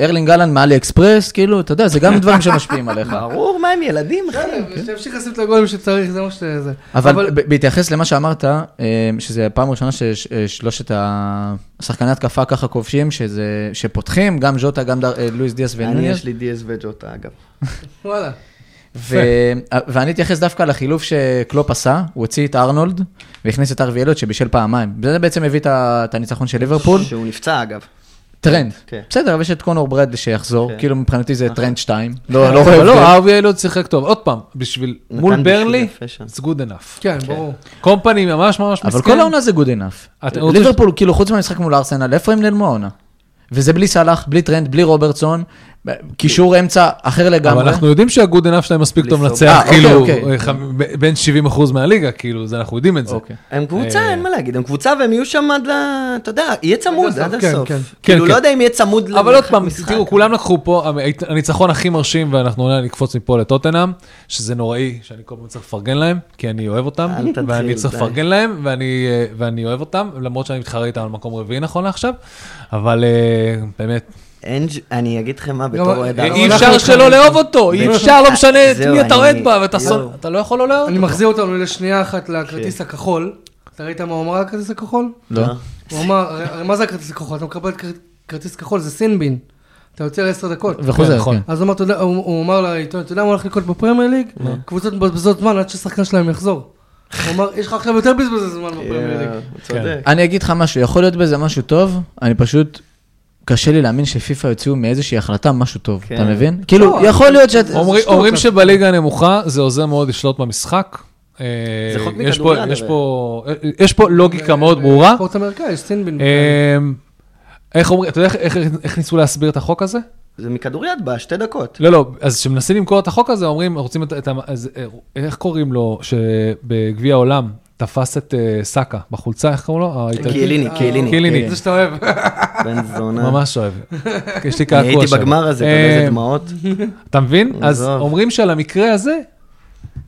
ארלינג אהלנד מעלי אקספרס, כאילו, אתה יודע, זה גם דברים שמשפיעים עליך.
ברור, מה הם ילדים, אחי?
בסדר, שימשיך לשים את הגולים שצריך, זה מה שזה.
כן, אבל, ב- בהתייחס למה שאמרת, אה, שזה הפעם הראשונה אה, ששלושת השחקני התקפה ככה כובשים, שזה, שפותחים, גם ז'וטה, גם דר, אה, לואיס דיאס
אני,
ונוניאס.
יש לי דיאס וג'וטה, אגב.
וואלה.
ו... ואני אתייחס דווקא לחילוף שקלופ עשה, הוא הוציא את ארנולד והכניס את ארווי אלוט שבישל פעמיים. זה בעצם הביא את ה- את הניצחון של ליברפול.
שהוא נפצע, אגב.
טרנד.
כן.
בסדר, אבל יש את קונור ברדלי שיחזור,
כן.
כאילו מבחינתי זה טרנד 2.
לא,
לא, לא רואה
לא,
הבדל.
הארווי אילון שיחק טוב. עוד פעם, בשביל,
נתן
מול
בישול
ברלי,
יפה שם.
it's good enough.
כן, ברור.
קומפני ממש ממש מסכן.
אבל
אה,
כל העונה זה good enough.
אתם רוצים-
ליברפול, כאילו, חוץ מהמשחק מול ארסנל, איפה הם נעלמו העונה? וזה בלי סאלח, בלי טרנד, בלי רוברטסון, קישור אמצע אחר לגמרי.
אבל אנחנו יודעים שהגוד ענף שלהם מספיק טוב
לסוף.
לנצח,
אה,
כאילו,
אוקיי, אוקיי.
אה, חמ- ב- בין 70% מהליגה, כאילו, זה- אנחנו יודעים את זה.
אוקיי.
הם
אה.
קבוצה, אין מה להגיד, הם קבוצה והם יהיו שם עד ל... אתה יודע, יהיה צמוד
הסוף,
עד
כן,
הסוף.
כן.
כן,
כאילו, לא
כן.
יודע אם יהיה צמוד
אבל עוד פעם,
למשחק.
תראו, כולם לקחו פה, המ- הניצחון הכי מרשים, ואנחנו אולי נקפוץ מפה לטוטנאם, שזה נוראי שאני כל פעם צריך לפרגן להם, כי אני אוהב אותם,
אל תתחיל,
ואני צריך
די.
לפרגן להם, ואני, אה, ואני אוהב אותם, למרות שאני מתחרה איתם על מקום רביעי נכון לעכשיו, אבל אה, באמת,
אין ש- אני אגיד לכם מה, בתור
גם-
אוהד...
אה,
אי
ארסנל-
אנחנו
אפשר שלא
איתך.
לא לאהוב אותו, אי
בטח.
אפשר, לא משנה את
אה, זהו,
מי אתה
אני-
אוהד בה, ואתה
יואו.
שונא, אתה לא יכול לא לאהוב
אני
אותו.
מחזיר אותנו לשנייה אחת לכרטיס הכחול. אתה ראית מה הוא אמר על הכרטיס הכחול?
לא.
הוא אמר, הרי- הרי מה זה הכרטיס הכחול? אתה מקבל כר- כרטיס כחול, זה סינבין. אתה יוצא לעשר דקות.
וחוזר,
נכון.
כן.
אז הוא אמר, אתה יודע- הוא הוא אמר לעיתון, אתה יודע מה הולך לקרות בפרמייר ליג? קבוצות מבזבזות זמן עד ששחקן שלהם יחזור. הוא אמר, יש לך עכשיו יותר בזבז זמן בפרמייר ליג.
יואו, צודק.
אני אגיד לך משהו, יכול להיות בזה משהו טוב, אני פשוט... קשה לי להאמין שפיפ"א יוציאו מאיזושהי החלטה משהו טוב,
כן.
אתה מבין? כאילו,
לא,
יכול להיות שאת...
אומרים-
שטות,
אומרים
אבל-
שבליגה הנמוכה זה עוזר מאוד לשלוט במשחק. אה,
זה חוק
יש פה-
מכדורגל,
יש
הרי.
פה- יש פה לוגיקה מאוד ברורה.
ספורט אמריקאי, יש סינבין.
אמ, איך אומרים, אתה יודע איך- איך- איך ניסו להסביר את החוק הזה?
זה מכדוריד בא, שתי דקות.
לא, לא, אז כשמנסים למכור את החוק הזה, אומרים, רוצים את ה... את ה- אז, אה, איך קוראים לו, שבגביע העולם תפס את אה, סאקה בחולצה, איך קוראים לו? האיטלקי?
קיליני, קיליני.
קיליני.
זה שאתה אוהב.
בן זונה.
ממש אוהב, יש לי קעקוע
אני
שם.
הייתי בגמר הזה, אתה יודע איזה
אמ,
דמעות.
אתה מבין? אז
עזוב.
אומרים שעל המקרה הזה,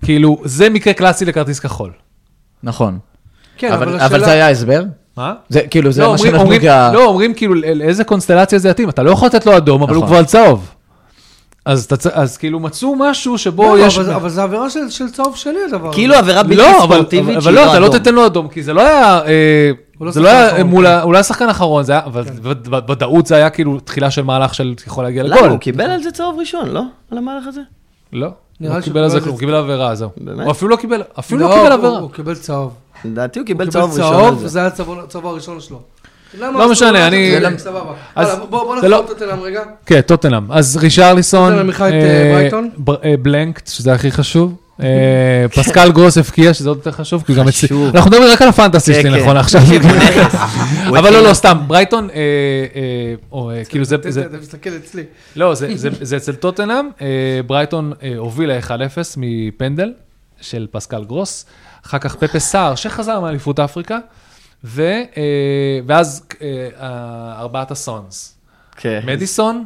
כאילו, זה מקרה קלאסי לכרטיס כחול.
נכון.
כן,
אבל-
אבל
אבל זה
השאלה...
היה ההסבר?
מה?
זה כאילו, זה
לא,
מה
אומרים-
שנתנו
אומרים-
כ...
לא, אומרים כאילו, לא- לאיזה קונסטלציה זה יתאים, אתה לא יכול לתת לו אדום, אבל הוא
נכון.
כבר על צהוב. אז אתה צ- אז כאילו מצאו משהו שבו
לא,
יש...
אבל- אבל זה עבירה של של צהוב שני הדבר. הזה.
כאילו עבירה בלתי
לא, אבל- אבל-
ספורטיבית
אבל
שהיא
לא,
לא
אתה לא
אדום.
תיתן לו אדום, כי זה לא היה... אה,
הוא לא
זה לא
שחקן
היה
אחרון,
מול
כן.
ה... הוא לא היה שחקן אחרון, זה היה... אבל בוודאות זה היה כאילו תחילה של מהלך של יכול להגיע
למה?
לגול.
הוא קיבל על זה צהוב ראשון, לא? על המהלך הזה?
לא.
נראה
הוא
שהוא
קיבל על זה
קיבל
כלום, הוא
זה-
קיבל עבירה, זהו.
באמת?
הוא אפילו לא קיבל, אפילו
לא,
לא קיבל
הוא-
עבירה.
הוא קיבל צהוב.
לדעתי הוא קיבל
קיבל
צהוב ראשון
צהוב,
על זה.
זה היה הצהוב הצהוב הראשון שלו. למה
לא
אז-
משנה,
למה
אני-
אתה-
זה-
סבבה.
אז-
הלאה, בוא בוא נחזור
זה לא-
לטוטנאם רגע.
כן, טוטנאם. אז רישרליסון,
טוטנאם לקחה את,
אה,
אה, ברייטון?
בר- אה, בלנקט, שזה הכי חשוב. אה, פסקל גרוס הבקיע, שזה עוד יותר חשוב, כי הוא גם אצלי.
חשוב.
אנחנו מדברים רק על הפנטסי שלי,
כן, כן.
נכון עכשיו.
הוא
אבל לא,
התחיל-
לא, סתם, ברייטון, אה, אה, או, אה, כאילו זה,
אתה-
זה-
אתה מסתכל אצלי.
לא, זה- זה- זה אצל טוטנאם, אה, ברייטון אה, הובילה 1-0 מפנדל של פסקל גרוס, אחר כך פפה סער, שחזר מאליפות אפריקה, ו- אה, ואז אה, ה- ארבעת הסונס,
כן.
מדיסון,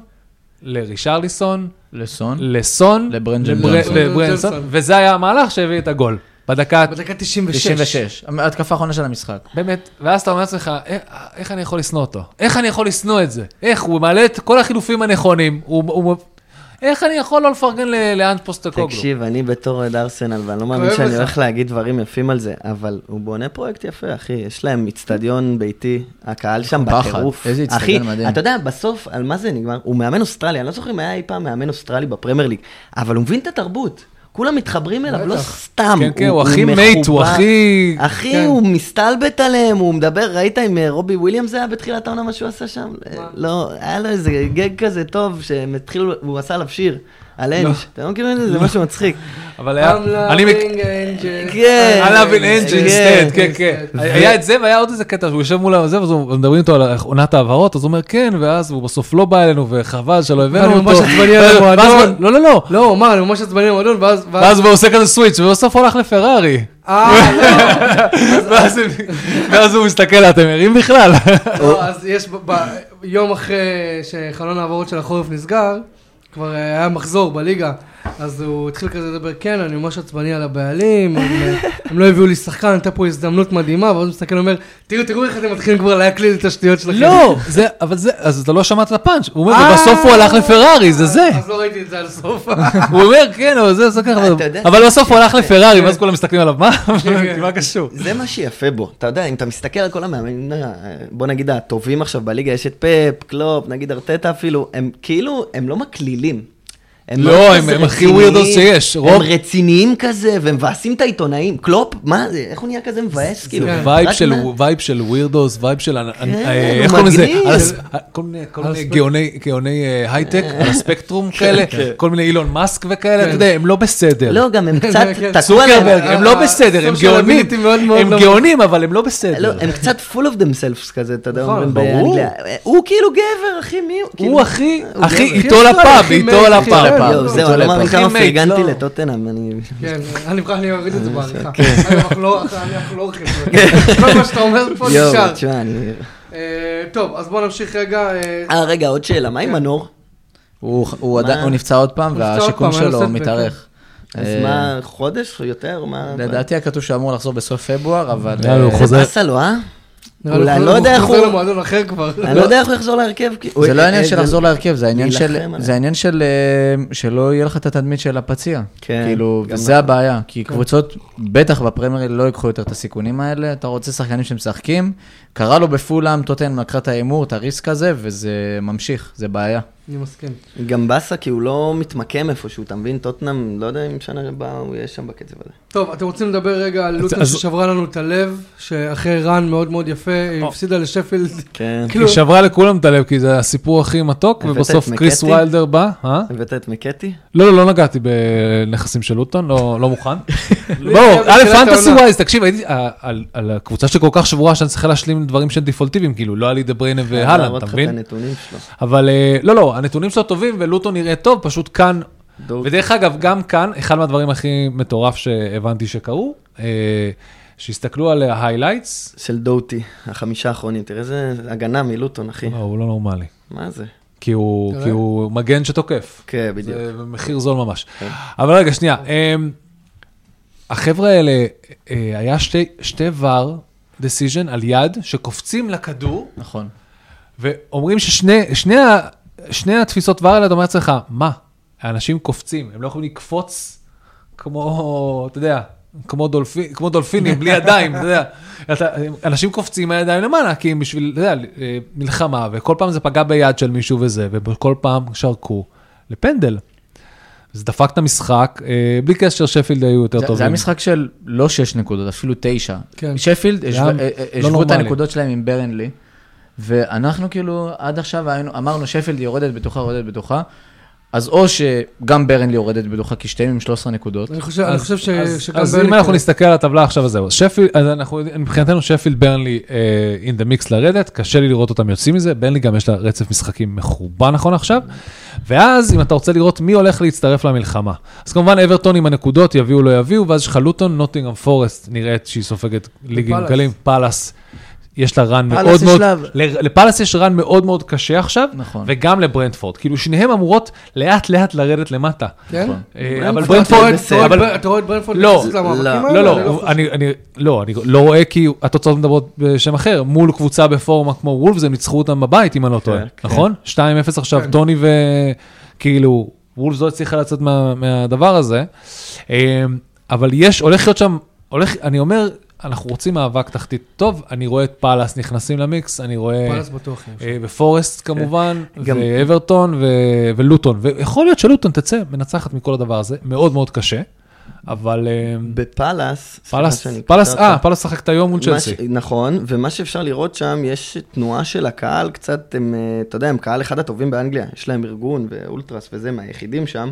לרישרליסון,
לסון?
לסון,
לברנדון
לבר-
ג'ונסון.
לברנדסון,
ג'ונסון.
וזה היה המהלך שהביא את הגול. בדקה,
בדקה 96.
96. ההתקפה האחרונה של המשחק.
באמת, ואז אתה אומר לעצמך, "אה, איך אני יכול לשנוא אותו? איך אני יכול לשנוא את זה? איך? הוא מעלה את כל החילופים הנכונים, הוא- הוא... איך אני יכול לא לפרגן ל- לאנג' פוסטקוגלו?
תקשיב, אני בתור אוהד ארסנל, ואני לא מאמין
כואב
שאני
לך.
הולך להגיד דברים יפים על זה, אבל הוא בונה פרויקט יפה, אחי. יש להם אצטדיון ביתי, הקהל שם
פחד.
בטירוף.
איזה
אחי,
אצטדיון מדהים.
אתה יודע, בסוף, על מה זה נגמר? הוא מאמן אוסטרלי, אני לא זוכר אם היה אי פעם מאמן אוסטרלי בפרמייר ליג, אבל הוא מבין את התרבות. כולם מתחברים אליו, לא סתם.
כן, כן, הוא הכי מייט, הוא
מחובר.
הכי-
אחי,
כן.
הוא מסתלבט עליהם, הוא מדבר, ראית עם אה, רובי וויליאמס זה היה בתחילת העונה מה שהוא עשה שם? אה, לא, היה לו איזה גג כזה טוב, שהם התחילו, הוא עשה עליו שיר, על אנג'. אתם לא מכירים את זה? זה משהו מצחיק.
אבל היה...
I'm
אני מק-
loving angels.
כן.
I love an
כן.
engine state, כן, כן.
ו-
היה את זה והיה עוד איזה קטע, שהוא יושב מול הזה, ואז הוא- מדברים איתו על עונת ההעברות, אז הוא אומר כן, ואז הוא בסוף לא בא אלינו, וחבל שלא הבאנו
ואני
אותו.
ממש עצבני על
ואז-
המועדון.
לא, לא, לא.
לא, הוא אמר, אני ממש עצבני למועדון, ואז...
ואז הוא עושה כזה סוויץ', ובסוף הוא הלך לפרארי.
אה, לא.
ואז הם- ואז הוא מסתכל, אתם ערים בכלל?
לא, אז יש, ב- ב- יום אחרי שחלון ההעברות של החורף נסגר, כבר אה, היה מחזור בליגה, אז הוא התחיל כזה לדבר, כן, אני ממש עצבני על הבעלים, הם, אה, הם לא הביאו לי שחקן, הייתה פה הזדמנות מדהימה, ואז הוא מסתכל ואומר, תראו, תראו איך אתם מתחילים כבר להקליד את השטויות שלכם.
לא, זה, אבל זה, אז אתה לא שמעת את הפאנץ', הוא אומר,
אה.
ובסוף הוא הלך לפרארי, זה זה.
אז לא ראיתי את זה על הסוף.
הוא אומר, כן, אבל זה, זה
אתה יודע
ככה, אבל בסוף הוא הלך לפרארי, ואז כולם מסתכלים עליו, מה? מה קשור?
זה מה שיפה בו, אתה יודע, אם אתה מסתכל על כל המאמנים, אה, בוא נגיד הטובים עכשיו בליגה, יש את פאפ, קלופ, נגיד ארטטה אפילו, הם כאילו, הם לא מקלילים.
לא,
כזה
הם- הם הכי
רציניים,
weirdos שיש,
הם
רוב-
רציניים כזה, והם מבאסים את העיתונאים. קלופ, מה זה? איך הוא נהיה כזה מבאס? כאילו,
כן.
וייב
רק
של,
מה- כן,
וייב של ווירדוס, וייב של, אה, אה,
הוא
איך קוראים לזה?
מגניב.
על הס- אה, כל מיני- כל
על
מיני
הספק- כן,
גאוני- גאוני אה, הייטק, על הספקטרום כאלה, כל מיני אילון מאסק וכאלה, אתה יודע, הם לא בסדר.
לא, אה, גם הם קצת
כן,
תקעו
צוקרברג,
עליהם.
הם לא
ה-
בסדר, הם
ה-social
גאונים,
ability מאוד מאוד
הם
לא-
גאונים, אבל הם לא
לא,
בסדר.
הם קצת full of themselves כזה, אתה יודע,
נכון,
אומרים
ברור.
באנגליה. הוא כאילו גבר, אחי, מי הוא? כאילו-
הוא הכי,
הוא
הכי
גבר.
איתו
אחי,
לפאב,
אחי,
איתו
אחי,
אחי, אחי,
לפאב.
יואו, זהו,
הוא
אני לא מאמין
הכי
כמה
mate,
פרגנתי
לא.
לטוטנאם, אני...
כן, אני מוכרח להוריד את זה בעריכה.
כן.
אגב, אנחנו לא אנחנו לא עורכים את זה. כל מה שאתה אומר פה
יואו,
נשאר.
תשמע, אני...
אה, טוב, אז בואו נמשיך רגע. אה,
אה, רגע, עוד שאלה, מה עם מנור?
הוא הוא
מה?
עדיין- הוא נפצע עוד פעם,
הוא נפצע עוד
והשיקום
פעם, לא היה
שלו
נוסף
מתארך.
אז
אה,
מה, חודש או יותר? מה?
לדעתי היה כתוב שאמור לחזור בסוף פברואר, אבל...
יאללה, הוא
אה,
חוזר.
באסה לו, אה?
נראה לי
אולי,
הוא
לא יודע איך
חוזר
הוא-
למועדון אחר כבר.
אני לא יודע איך הוא יחזור להרכב. כי- הוא-
זה לא
אה,
העניין
אה,
של
זה-
לחזור להרכב, זה העניין של...
להילחם עליו.
זה העניין של... אה, שלא יהיה לך את התדמית של הפציע.
כן,
כאילו,
גם כן.
זה הבעיה. כי קבוצות, בטח בפרמייר לא ייקחו יותר את הסיכונים האלה. אתה רוצה שחקנים שמשחקים, קרה לו בפולאם, טוטן לקחה את ההימור, את הריסק הזה, וזה ממשיך, זה בעיה.
אני מסכים.
גם באסה, כי הוא לא מתמקם איפשהו, אתה מבין? טוטנאם, לא יודע אם שנה הבאה הוא יהיה שם בקצב הזה.
טוב, אתם רוצים לדבר רגע על לוטון
אז-
ששברה לנו את הלב, שאחרי רן מאוד מאוד יפה, היא הפסידה לשפילד.
כן.
כאילו,
היא שברה לכולם את הלב, כי זה הסיפור הכי מתוק,
הבאת את
ובסוף קריס
מקטי?
ויילדר בא, אה?
הבאת את מקטי?
לא, לא, לא נגעתי בנכסים של לוטון, לא לא מוכן.
לא,
בואו, א',
בתחילת
פנטסי
העונה.
ווייז, תקשיב, הייתי, אה, על- על הקבוצה שלי כל כך שבורה שאני צריך להשלים דברים שהם דפולטיביים, כאילו, לא היה לי דה בריינה
כן,
והלנד,
להראות
אתה
לך את
מבין?
הנתונים שלו.
אבל אה, לא, לא, הנתונים שלו טובים ולוטון נראה טוב, פשוט כאן,
דור-
ודרך אגב, גם כאן, אחד מהדברים הכי מטורף שהבנתי שקרו, אה, שהסתכלו על ההיילייטס,
של דוטי, החמישה האחרונים. תראה איזה הגנה מלוטון,
אה.
אחי.
לא, הוא לא נורמלי,
מה זה?
כי הוא
תראה.
כי הוא מגן שתוקף.
כן, בדיוק.
זה מחיר זול ממש. אבל רגע, שנייה. אמ, החבר'ה האלה, אה, היה שתי- שתי ור decision על יד שקופצים לכדור,
נכון.
ואומרים ששני שני ה- שני התפיסות ור האלה, אתה אומר לעצמך, מה? האנשים קופצים, הם לא יכולים לקפוץ כמו, אתה יודע, כמו, דולפי, כמו דולפינים, בלי ידיים, אתה יודע. אתה, אנשים קופצים מהידיים למעלה, כי הם בשביל, אתה יודע, אה, מלחמה, וכל פעם זה פגע ביד של מישהו וזה, וכל פעם שרקו לפנדל. זה דפק את המשחק, אה, בלי קשר שפילד היו יותר
זה-
טובים.
זה היה משחק של לא שש נקודות, אפילו תשע.
כן.
שפילד, השוו-
לא
אה, אה, השוו את
נורמלי.
הנקודות שלהם עם ברנלי, ואנחנו כאילו עד עכשיו היינו, אמרנו שפילד יורדת בטוחה, יורדת בטוחה, אז או שגם ברנלי יורדת בטוחה, כי שתיהם עם 13 נקודות.
אני חושב- אני
אז-
חושב ש-
אז-
שגם...
אז
ברני
אם אנחנו
כן.
נסתכל על הטבלה עכשיו, אז זהו. אז שפילד, אז אנחנו, מבחינתנו שפילד ברנלי אה, in the mix לרדת, קשה לי לראות אותם יוצאים מזה, ברנלי גם יש לה רצף משחקים מחורבן נכון עכשיו, ואז אם אתה רוצה לראות מי הולך להצטרף למלחמה. אז כמובן אברטון עם הנקודות, יביאו לא יביאו, ואז יש לך לוטון, נוטינגאם פורסט, נראית שהיא סופגת ליגים
ופאלאס.
קלים, פאלאס. יש לה רן
פאלאס
מאוד
יש
מאוד,
לה-
ל- לפאלאס יש רן מאוד מאוד קשה עכשיו,
נכון.
וגם לברנדפורד, כאילו שניהם אמורות לאט לאט לרדת למטה.
כן?
אה, אבל
ברנדפורד
ברנדפורד,
זה בסדר.
אתה רואה
אבל
את בר- אתה רואה את ברנפורד
לא,
נכנסת למאבקים
לא,
האלה?
לא,
אני
לא,
חושב.
אני, אני, לא, אני לא רואה כי התוצאות מדברות בשם אחר. מול קבוצה בפורמה כמו וולפס, הם ניצחו אותם בבית, אם אני לא טועה,
כן.
נכון? 2-0 עכשיו, טוני ו... כאילו, וולפס לא הצליחה לצאת מה, מהדבר הזה. אה, אבל יש, הולך להיות שם, הולך, אני אומר, אנחנו רוצים מאבק תחתית טוב, אני רואה את פאלאס נכנסים למיקס, אני רואה...
פאלאס בטוח. יש.
אה, ופורסט כמובן,
גם-
ואברטון ו- ולוטון. ויכול להיות שלוטון תצא מנצחת מכל הדבר הזה, מאוד מאוד קשה, אבל אה,
בפאלאס, סליחה
פאלאס,
שאני קוטע
פאלאס,
אותך.
אה, פאלאס שחקת היום מול
מה
צ'לסי.
ש- נכון, ומה שאפשר לראות שם, יש תנועה של הקהל קצת, הם, אה, אתה יודע, הם קהל אחד הטובים באנגליה, יש להם ארגון ואולטרס וזה, מהיחידים שם,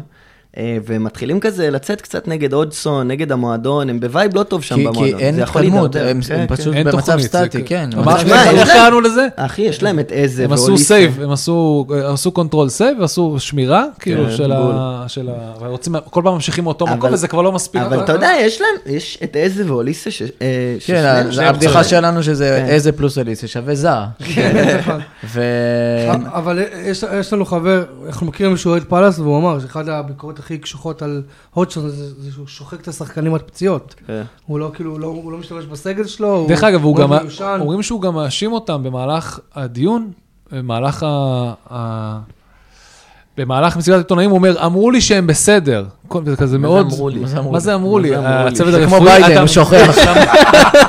אה, והם מתחילים כזה לצאת קצת נגד אודסון, נגד המועדון, הם בווייב לא טוב שם
כי, כי
במועדון,
אין
זה יכול
התקדמות,
להידרדר.
הם,
כן,
הם
כן.
פשוט
אין
במצב
תוכנית. זה
סטטי,
כ-
כן.
אמרת,
במצב
תשמע,
סטטי.
איך
יש-
קראנו לזה?
אחי, יש להם את איזה,
הם עשו
ואוליסה.
סייב, הם עשו, עשו קונטרול סייב, ועשו שמירה, כאילו, של ה...
בול.
של ה... ורוצים, כל פעם ממשיכים מאותו
אבל-
מקום, וזה כבר לא מספיק.
אבל אתה יודע, יש להם, יש את איזה ואוליסה, ש- אה,
כן,
ששניהם-
ה- הבדיחה שלנו שזה
כן.
איזה פלוס אליס, שווה זר.
כן, נכון.
ו...
אבל- אה, אבל יש- יש לנו חבר, אנחנו מכירים שהוא אוהד פאלאס, והוא אמר שאחד הביקורות הכי קשוחות על הודשון זה זה שהוא שוחק את השחקנים עד פציעות.
כן.
הוא לא כאילו, לא- הוא לא משתמש בסגל שלו,
דרך אגב, הוא
מאוד
גם,
מיושן.
אומרים שהוא גם מאשים אותם במהלך הדיון, במהלך ה... ה... במהלך מסיבת עיתונאים, הוא אומר, אמרו לי שהם בסדר. כל- וזה כזה
מה זה
מאוד...
אמרו לי?
מה זה אמרו לי? הצוות
זה
הרפואי...
כמו ביידן,
אתה-
הוא שוכח.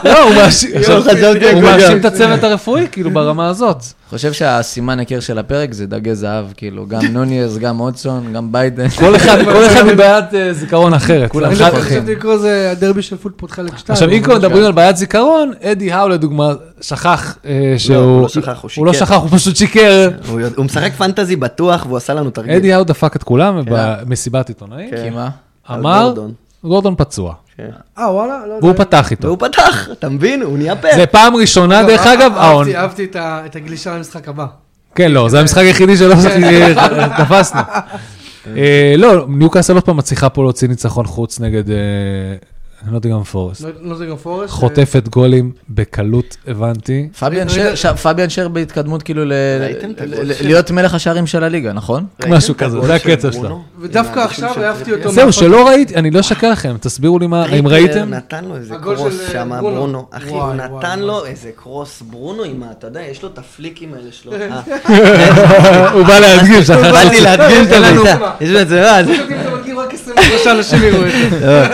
לא, הוא מאשים-
יואו, חשבתי
הוא
הכל
מאשים
גם.
את הצוות הרפואי, כאילו, ברמה הזאת.
חושב שהסימן הכיר של הפרק זה דגי זהב, כאילו, גם נוניאז, גם הודסון, גם ביידן.
כל אחד, כל אחד מבעיית אה, זיכרון אחרת. לא
כולם
אחד-
אני לא
שוכחים.
חשבתי לקרוא לזה הדרבי של פוטפוט חלק לא 2.
עכשיו, אם כבר מדברים על בעיית זיכרון, אדי האו לדוגמה שכח אה, שהוא...
הוא לא שכח, הוא
הוא לא
שיקר.
שכח, הוא פשוט שיקר.
הוא יודע- הוא משחק פנטזי בטוח והוא עשה לנו תרגיל.
אדי האו דפק את כולם במסיבת עיתונאים,
כן.
כי מה?
על
אמר,
גורדון.
גורדון פצוע,
כן.
אה, וואלה? לא יודע.
והוא פתח איתו.
והוא פתח, אתה מבין? הוא נהיה פר.
זה פעם ראשונה,
לא,
טוב,
דרך
אה-
אגב,
אה-
ההון.
אהבתי- אהבתי את ה- את הגלישה למשחק הבא.
כן, לא, זה המשחק היחידי שלא שכח- תפסנו. אה, לא, ניוקאסל עוד פעם מצליחה פה להוציא ניצחון חוץ נגד אה, נוטיגרם פורסט.
נוטינגרם פורסט.
חוטפת גולים בקלות, הבנתי.
פביאן
ראית-
שר- ש- פביאן שר בהתקדמות כאילו ל-
ראיתם את הגול
ל- ל-
שלו?
להיות מלך השערים של הליגה, נכון?
ראיתם
משהו
את הגול
כזה, זה
של
הקצב
ברונו?
שלו.
ודווקא
עם
עכשיו
הבישול של
אהבתי אותו.
טריפייר.
זהו, שלא ראיתי, אני לא אשקר לכם, תסבירו לי מה, אה, אם
טריפייר
ראיתם?
נתן לו איזה
הגול
קרוס
של, אה,
שם,
ברונו.
ברונו. אחי,
וואי,
הוא
וואי,
נתן
וואי.
לו איזה קרוס ברונו עם ה... אתה יודע, יש לו את הפליקים האלה שלו. אה,
נכון. הוא בא להדגים, שכחתי.
באתי להדגים את
אין לנו
הביצה.
זמן.
יש לו את זה, מה?
לא.
זה-
אם אתה מכיר רק 23 אנשים יראו את זה.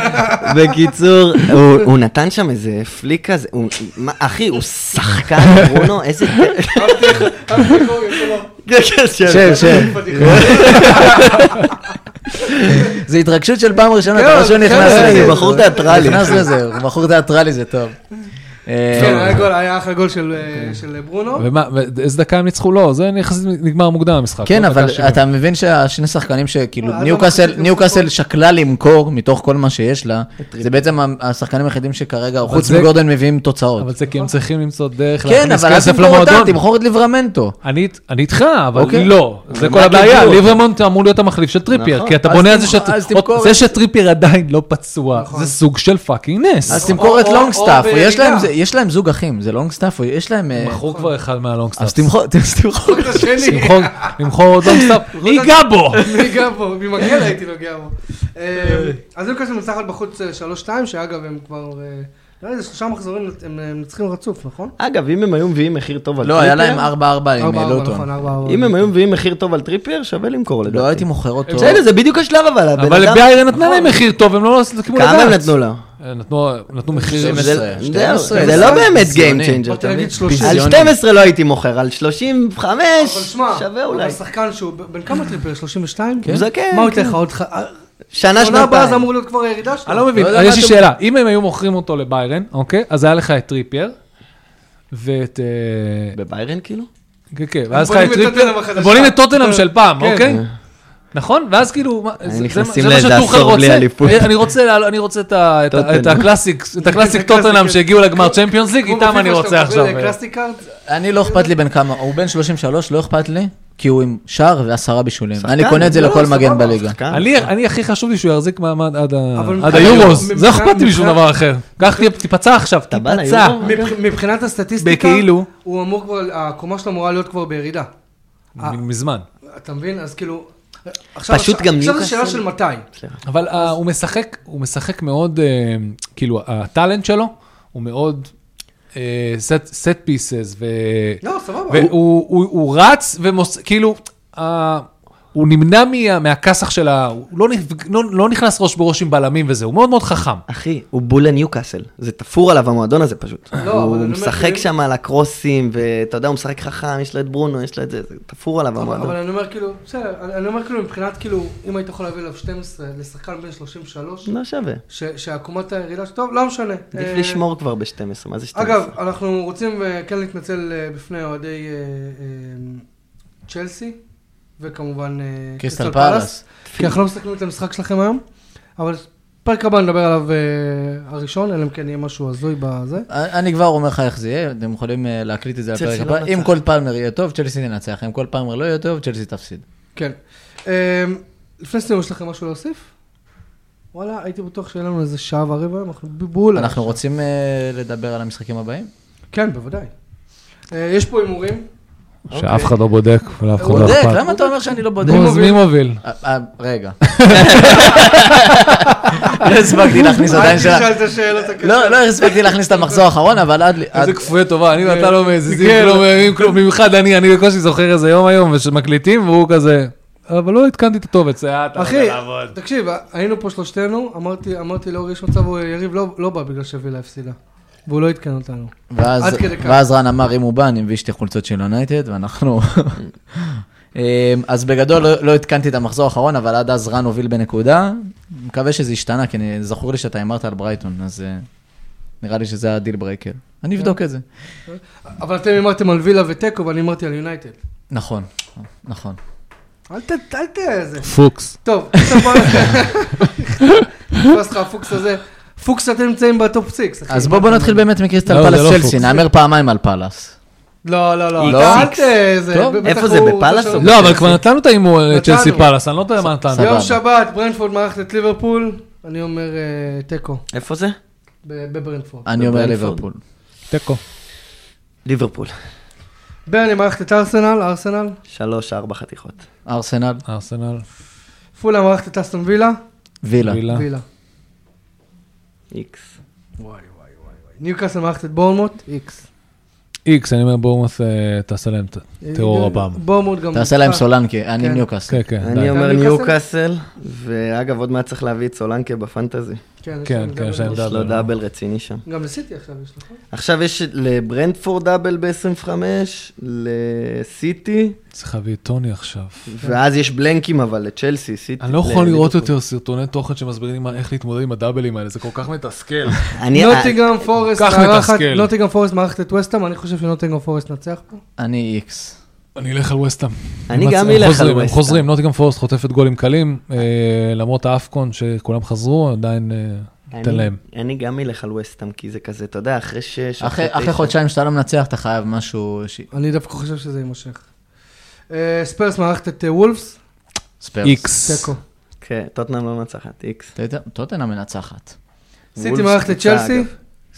בקיצור, הוא- הוא נתן שם איזה פליק כזה, הוא- מה, אחי, הוא שחקן, ברונו, איזה...
אהבתי את הקוריו שלו.
שב, שב.
פדיחה.
זה התרגשות של פעם ראשונה, אתה רואה שהוא
כן,
נכנס
כן,
לזה.
זה
בחור תיאטרלי.
נכנס לזה, הוא בחור תיאטרלי זה טוב. אה,
כן, היה גול, היה אחלה גול של,
כן.
אה, של ברונו.
ומה, איזה דקה הם ניצחו? לא, זה יחסית נגמר מוקדם המשחק.
כן,
לא
אבל
דקה שבעים.
אתה מבין שהשני שחקנים שכאילו,
לא, אז
ניוקאסל,
אנחנו-
ניוקאסל שקלה למכור מתוך כל מה שיש לה, זה בעצם ה- השחקנים היחידים שכרגע, חוץ
זה-
מגורדון, מביאים תוצאות.
אבל זה כי הם צריכים למצוא דרך
כן,
להכניס
אבל אז
כסף
תמכור אותה,
למועדון.
תמכור את ליברמנטו.
אני אית- אני איתך, אבל
אוקיי.
לא, זה
אבל
כל
מה
הבעיה,
קיבלו?
ליברמונט אמור להיות המחליף של טריפייר,
נכון.
כי אתה
אוקיי. אז
בונה על זה
תמכור-
שאת-
אז תמכור
עוד- זה
את- נכון.
שטריפייר עדיין לא פצוע, זה סוג של פאקינג
אז
נס.
תמכור את
או-
לונגסטאף,
או
יש להם
בירידה.
זה- יש להם זוג אחים, זה לונגסטאף, או יש להם... אה,
מכרו כבר אחד
אז
מהלונגסטאפ.
תמכור, תמכור.
את השני.
למכור- למכור עוד לונגסטאפ, ניגע בו!
ניגע בו, ממגן הייתי נוגע בו. אה, אז ניוקאסל מנצחת בחוץ אה, 3-2, שאגב הם כבר... אה, לא יודע, שלושה מחזורים הם אה, מנצחים רצוף, נכון?
אגב, אם הם היו מביאים מחיר טוב על טריפייר...
לא, היה להם 4-4 עם
ארבע,
אה,
ארבע,
לוטון.
נכון, ארבע, ארבע.
אם הם היו מביאים מחיר טוב על טריפייר, שווה למכור לדעתי.
לא הייתי מוכר אותו.
בסדר, זה בדיוק השלב אבל, הבן
אבל
אדם-
ביירן
נכון.
נתנה להם מחיר טוב, הם לא הסכימו לדעת. אה,
כמה הם נתנו לה?
נתנו? נתנו מחיר...
12.
זה-
12,
זה- זה
12.
לא באמת
ציוני.
Game Changer,
באתי
אתה מבין?
להגיד 30.
על
ציוני.
12 לא הייתי מוכר, על 35
אבל שמע,
שווה אולי.
אבל שחקן שהוא, ב- בן כמה טריפר? 32?
הוא זקן,
מה הוא ייתן
כן.
לך עוד ח...
שנה,
עונה הבאה זה
שנתיים.
אמור להיות כבר הירידה שלו.
אני לא מבין,
לא יודע
יש
מה
לי
אתם-
שאלה, אם הם היו מוכרים אותו לביירן, אוקיי, אז היה לך את טריפייר, ואת... אה,
בביירן כאילו?
כן, כן, ואז לך
בונים
את
את
טריפייר,
טוטנהאם החדשה.
בונים את טוטנאם של פעם,
כן.
אה.
אוקיי? נכון? ואז כאילו, מה- זה- זה מה-
נכנסים
זה מה
לאיזה
שטוחל
עשור בלי
רוצה.
אליפות.
אני רוצה לה- אני רוצה את ה- את ה- את
טוטנהאם.
הקלאסיק, את הקלאסיק
זה קלאסיק,
טוטנאם
כן.
שהגיעו לגמר צ'מפיונס ליג,
כמו
איתם
בפיפא
אני
שאתה
רוצה
מקבל,
עכשיו.
אה, קלאסטיק קארד,
אני לא אכפת לי בן כמה, הוא בן 33, לא אכפת לי, כי הוא עם שער ועשרה בישולים.
שחקן,
אני קונה את זה
לא,
לכל
סבבה,
מגן בליגה.
שחקן?
אה, אני, אני הכי חשוב לי שהוא יחזיק מעמד עד, ה...
אבל
עד
מבחינת-
היורוז, זה לא
מבחינת-
אכפת לי משום
מבחינת-
דבר אחר. קח, תהיה- תיפצע עכשיו,
אתה בא
תיפצע.
ליורו?
מבח- מבחינת הסטטיסטיקה,
בכאילו.
הוא אמור כבר, הקומה שלו אמורה להיות כבר בירידה. אה.
מזמן.
אתה מבין? אז כאילו... עכשיו-
פשוט
עכשיו-
גם
עכשיו זו
ניוקאסל-
שאלה של מתי.
אבל uh, הוא משחק, הוא משחק מאוד, uh, כאילו, הטאלנט שלו הוא מאוד אה, סט פיסס, ו...
לא, סבבה.
והוא הוא, הוא, הוא רץ ומוס... כאילו, אה, הוא נמנע מה, מהכסח של ה... הוא לא, נפג- לא, לא נכנס ראש בראש עם בלמים וזה, הוא מאוד מאוד חכם.
אחי, הוא בול לניוקאסל, זה תפור עליו המועדון הזה פשוט.
לא, אבל
הוא
אני אומר,
משחק
כאילו-
שם על הקרוסים, ואתה יודע, הוא משחק חכם, יש לו את ברונו, יש לו את זה, זה תפור עליו
אבל אבל
המועדון.
אני אומר כאילו, בסדר, אני אני אומר כאילו מבחינת כאילו, אם היית יכול להביא אליו 12 לשחקן בן 33,
לא שווה.
ש- שעקומת הירידה, שלו- טוב, לא משנה.
עדיף
אה,
לשמור כבר ב-12, מה זה 12?
אגב, אנחנו רוצים אה, כן להתנצל אה, בפני אוהדי אה, אה, צ'לסי, וכמובן אה,
קריסטל פאלאס.
כי אנחנו לא מסתכלים את המשחק שלכם היום, אבל פרק הבא נדבר עליו אה, הראשון, אלא אם כן יהיה משהו הזוי בזה.
אני כבר אומר לך איך זה יהיה, אתם יכולים אה, להקליט את זה
צ'לסי
לפרק
לא
הבא.
נצח.
אם קולט פלמר יהיה טוב, צ'לסי תנצח. אם קולט פלמר לא יהיה טוב, צ'לסי תפסיד.
כן. אה, לפני סיום יש לכם משהו להוסיף? וואלה, הייתי בטוח שיהיה לנו איזה שעה ורבע, אנחנו בול.
אנחנו רוצים אה, לדבר על המשחקים הבאים?
כן, בוודאי. אה, יש פה הימורים.
שאף אחד לא בודק ולאף אחד לא
בודק,
אכפת.
למה אתה אומר שאני לא בודק?
נו, אז מי מוביל?
אה, אה, רגע. לא הספקתי להכניס
אל
עדיין
תשאל
שאלה.
את השאלות הקשות.
לא, לא הספקתי להכניס את המחזור האחרון, אבל עד...
איזה
עד-
כפויי טובה, אני ואתה
כן.
לא מזיזים
כן.
כלום, מבינים כלום, במיוחד אני, אני בקושי זוכר איזה יום היום, ומקליטים, והוא כזה, אבל לא עדכנתי את הכתובת, זה היה, אתה
אחי,
יודע לעבוד.
תקשיב, היינו פה שלושתנו, אמרתי, אמרתי לאור, יש מצב, הוא- יריב לא, לא בא בגלל שווילה הפסידה. והוא לא עדכן אותנו.
ואז,
עד כדי כך.
ואז רן אמר, אם הוא בא, אני מביא שתי חולצות של יונייטד, ואנחנו... אמ, אז בגדול לא, לא עדכנתי את המחזור האחרון, אבל עד אז רן הוביל בנקודה. מקווה שזה השתנה, כי אני, זכור לי שאתה הימרת על ברייטון, אז אה, נראה לי שזה הדיל ברייקר. אני אבדוק את זה.
אבל אתם הימרתם על וילה ותיקו, ואני הימרתי על יונייטד.
נכון, נכון.
אל ת... אל ת... זה.
פוקס.
טוב, עכשיו בוא... נכנס לך הפוקס הזה. פוקס אתם נמצאים בטופ סיקס, אחי.
אז בוא, בוא נתחיל באמת
לא,
מקריסטל
זה
פלאס
לא
צ'לסי,
פוקס.
נאמר פעמיים על פלאס.
לא, לא, לא.
לא?
אל ת... זה-
טוב,
בטח
איפה זה,
הוא-
בפאלאס
שם-
או
לא, אבל כבר נתנו את ההימור על
נתנו.
צ'לסי פאלאס, אני לא יודע מה נתנו.
סבבה.
יום שבת, ברנפורד מארחת את ליברפול, אני אומר אה, תיקו,
איפה זה?
ב- בברנפורד.
אני אומר
בברנפורד.
ליברפול.
תיקו.
ליברפול.
ברני מארחת את ארסנל, ארסנל.
שלוש, ארבע חתיכות.
ארסנל,
ארסנל,
פולה מארחת את אסטון וילה,
וילה.
וילה.
וילה.
איקס.
ניוקאסל מארחת את בורנמוט, איקס.
איקס, אני אומר בורמוס אה, תעשה להם ט- טרור הפעם.
אה, בורנמוט גם...
תעשה להם סולנקי, אני
כן.
ניוקאסל.
כן, כן, די.
אני אומר
ניוקאסל?
ניוקאסל, ואגב, עוד מעט צריך להביא את סולנקה בפנטזי.
כן, יש
כן,
להם
כן,
גם-
יש להם
יש
דאבל.
לו דאבל רציני שם.
גם לסיטי עכשיו יש, נכון?
עכשיו יש לברנדפורד דאבל ב-25, לסיטי,
צריך להביא את טוני עכשיו.
ואז יש בלנקים אבל לצ'לסי, סיטי.
אני לא יכול
ל-
לראות
לליברפול.
יותר סרטוני תוכן שמסבירים לי מה- איך להתמודד עם הדאבלים האלה, זה כל כך מתסכל.
אני-
לא,
אה,
נוטיגרם פורסט
כך
מארחת,
מתסכל.
נוטיגרם פורסט מארחת את וסטאם, אני חושב שנוטיגרם פורסט נצח פה.
אני איקס.
אני אלך על ווסטאם.
אני
הם
גם
מצ- הם
אלך על
חוזרים, הם
ווסטהאם.
חוזרים, נוטיגם פורסט חוטפת גולים קלים, אה, למרות האפקון שכולם חזרו, עדיין אה,
אני-
תן להם.
אני גם אלך על וסטאם, כי זה כזה, אתה יודע, אחרי שש,
אחרי אחרי
תשע.
חודשיים שאתה לא מנצח, אתה חייב משהו... ש-
אני דווקא חושב שזה יימשך. אה, ספרס מארחת את אה, וולפס,
ספרס.
איקס.
תיקו.
כן, טוטנאם לא מנצחת, איקס.
טוטנאם- טוטנאם מנצחת.
סיטי
וולפס
מארחת את
קבוצה,
צ'לסי,
אגב.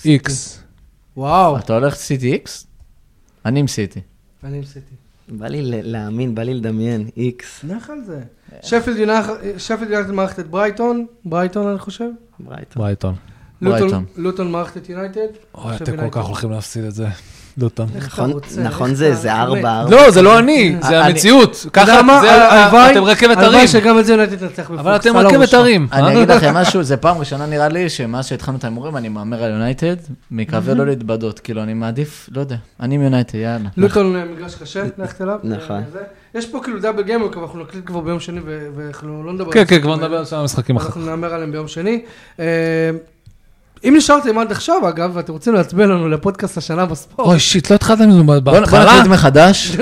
איקס.
וואו,
אתה הולך סיטי איקס? אני עם סיטי.
אה.
אני עם סיטי.
בא לי ל- להאמין, בא לי לדמיין, איקס.
נח על זה. שפילד יונח- שפילד יונייטד מארחת את ברייטון, ברייטון אני חושב.
ברייטון.
ברייטון.
לוטון-
ברייטון.
לוטון מארחת את יונייטד.
אוי,
עכשיו
אתם כל
יונייטד.
כך הולכים להפסיד את זה. לוטון.
איך אתה
נכון-
רוצה?
נכון
איך
זה,
אתה
זה
חולה?
ארבע, ארבע.
לא, זה לא אני, זה
אני-
המציאות.
אתה יודע
ככה,
מה?
זה-
אה,
אה,
הלוואי-
אתם רכבת
הלוואי
הרים.
שגם את זה לא יונייטד תנצח בפוקס. לא
אבל אתם
על הראש.
רכבת הרים. אה?
אני אגיד לכם משהו, זה פעם ראשונה נראה לי שמאז שהתחלנו את ההימורים אני מהמר על יונייטד, מקווה לא להתבדות, כאילו אני מעדיף, לא יודע, אני עם יונייטד, יאללה.
לא,
לוטון אה, מגרש קשה, ללכת אליו.
נכון.
אה, זה. יש פה כאילו דאבל גיימר, אבל אנחנו נקליט כבר ביום שני ו- ואנחנו לא נדבר על
כן, כן,
המשחקים
כבר
האלה.
נדבר על שאר המשחקים אחר כך.
אנחנו נאמר עליהם ביום שני. אה, אם נשארתם עד עכשיו, אגב, ואתם רוצים להצביע לנו לפודקאסט השנה בספורט,
אוי, שיט, לא התחלנו עם זה
בוא בוא
בהתחלה. לא,
נקליט מחדש.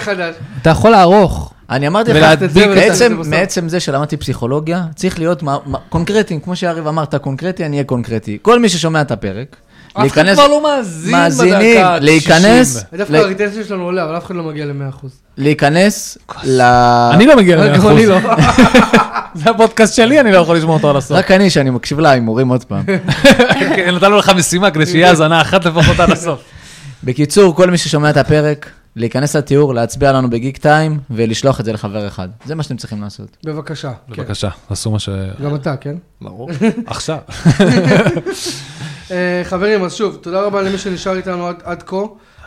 חדש.
אתה יכול לערוך.
אני אמרתי לך,
ולהדביק את זה ולעשות את זה
מעצם-
בסוף.
מעצם זה שלמדתי פסיכולוגיה, צריך להיות מה- מה- קונקרטיים, כמו שיריב אמר, אתה קונקרטי, אני אהיה קונקרטי. כל מי ששומע את הפרק,
אף אחד
להיכנס,
כבר לא מאזין
מאזינים,
בדקה ה-
להיכנס,
60.
דווקא
לא.
ל-
הריטנציה שלנו עולה, אבל אף אחד לא מגיע ל-100%.
להיכנס ל...
אני לא מגיע ל-100%.
אני לא.
זה הפודקאסט שלי, אני לא יכול לשמור אותו על הסוף.
רק אני, שאני מקשיב להימורים עוד פעם.
כן, נתנו לך משימה כדי שיהיה האזנה אחת לפחות עד הסוף.
בקיצור, כל מי ששומע את הפרק, להיכנס לתיאור, להצביע לנו בגיק טיים ולשלוח את זה לחבר אחד. זה מה שאתם צריכים לעשות.
בבקשה. כן.
בבקשה, עשו מה ש...
גם אתה, כן?
ברור.
עכשיו.
אה, חברים, אז שוב, תודה רבה למי שנשאר איתנו עד- עד כה.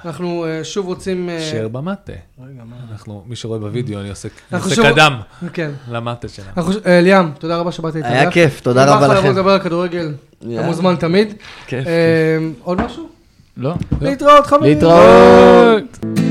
אנחנו אה, שוב רוצים... אה,
שייר במטה. אנחנו, מי שרואה בווידאו, אני עושה אני
אנחנו
עושה
שוב-
קדם
כן.
למטה שלנו.
אנחנו ש- אה, ליאם, תודה רבה שבאת איתנו.
היה כיף, תודה רבה
אם בא לך לבוא
לכם.
לדבר על כדורגל, אתה
יאללה.
מוזמן תמיד.
כיף.
אה, עוד משהו?
לא?
להתראות, חברים.
להתראות!
ביי.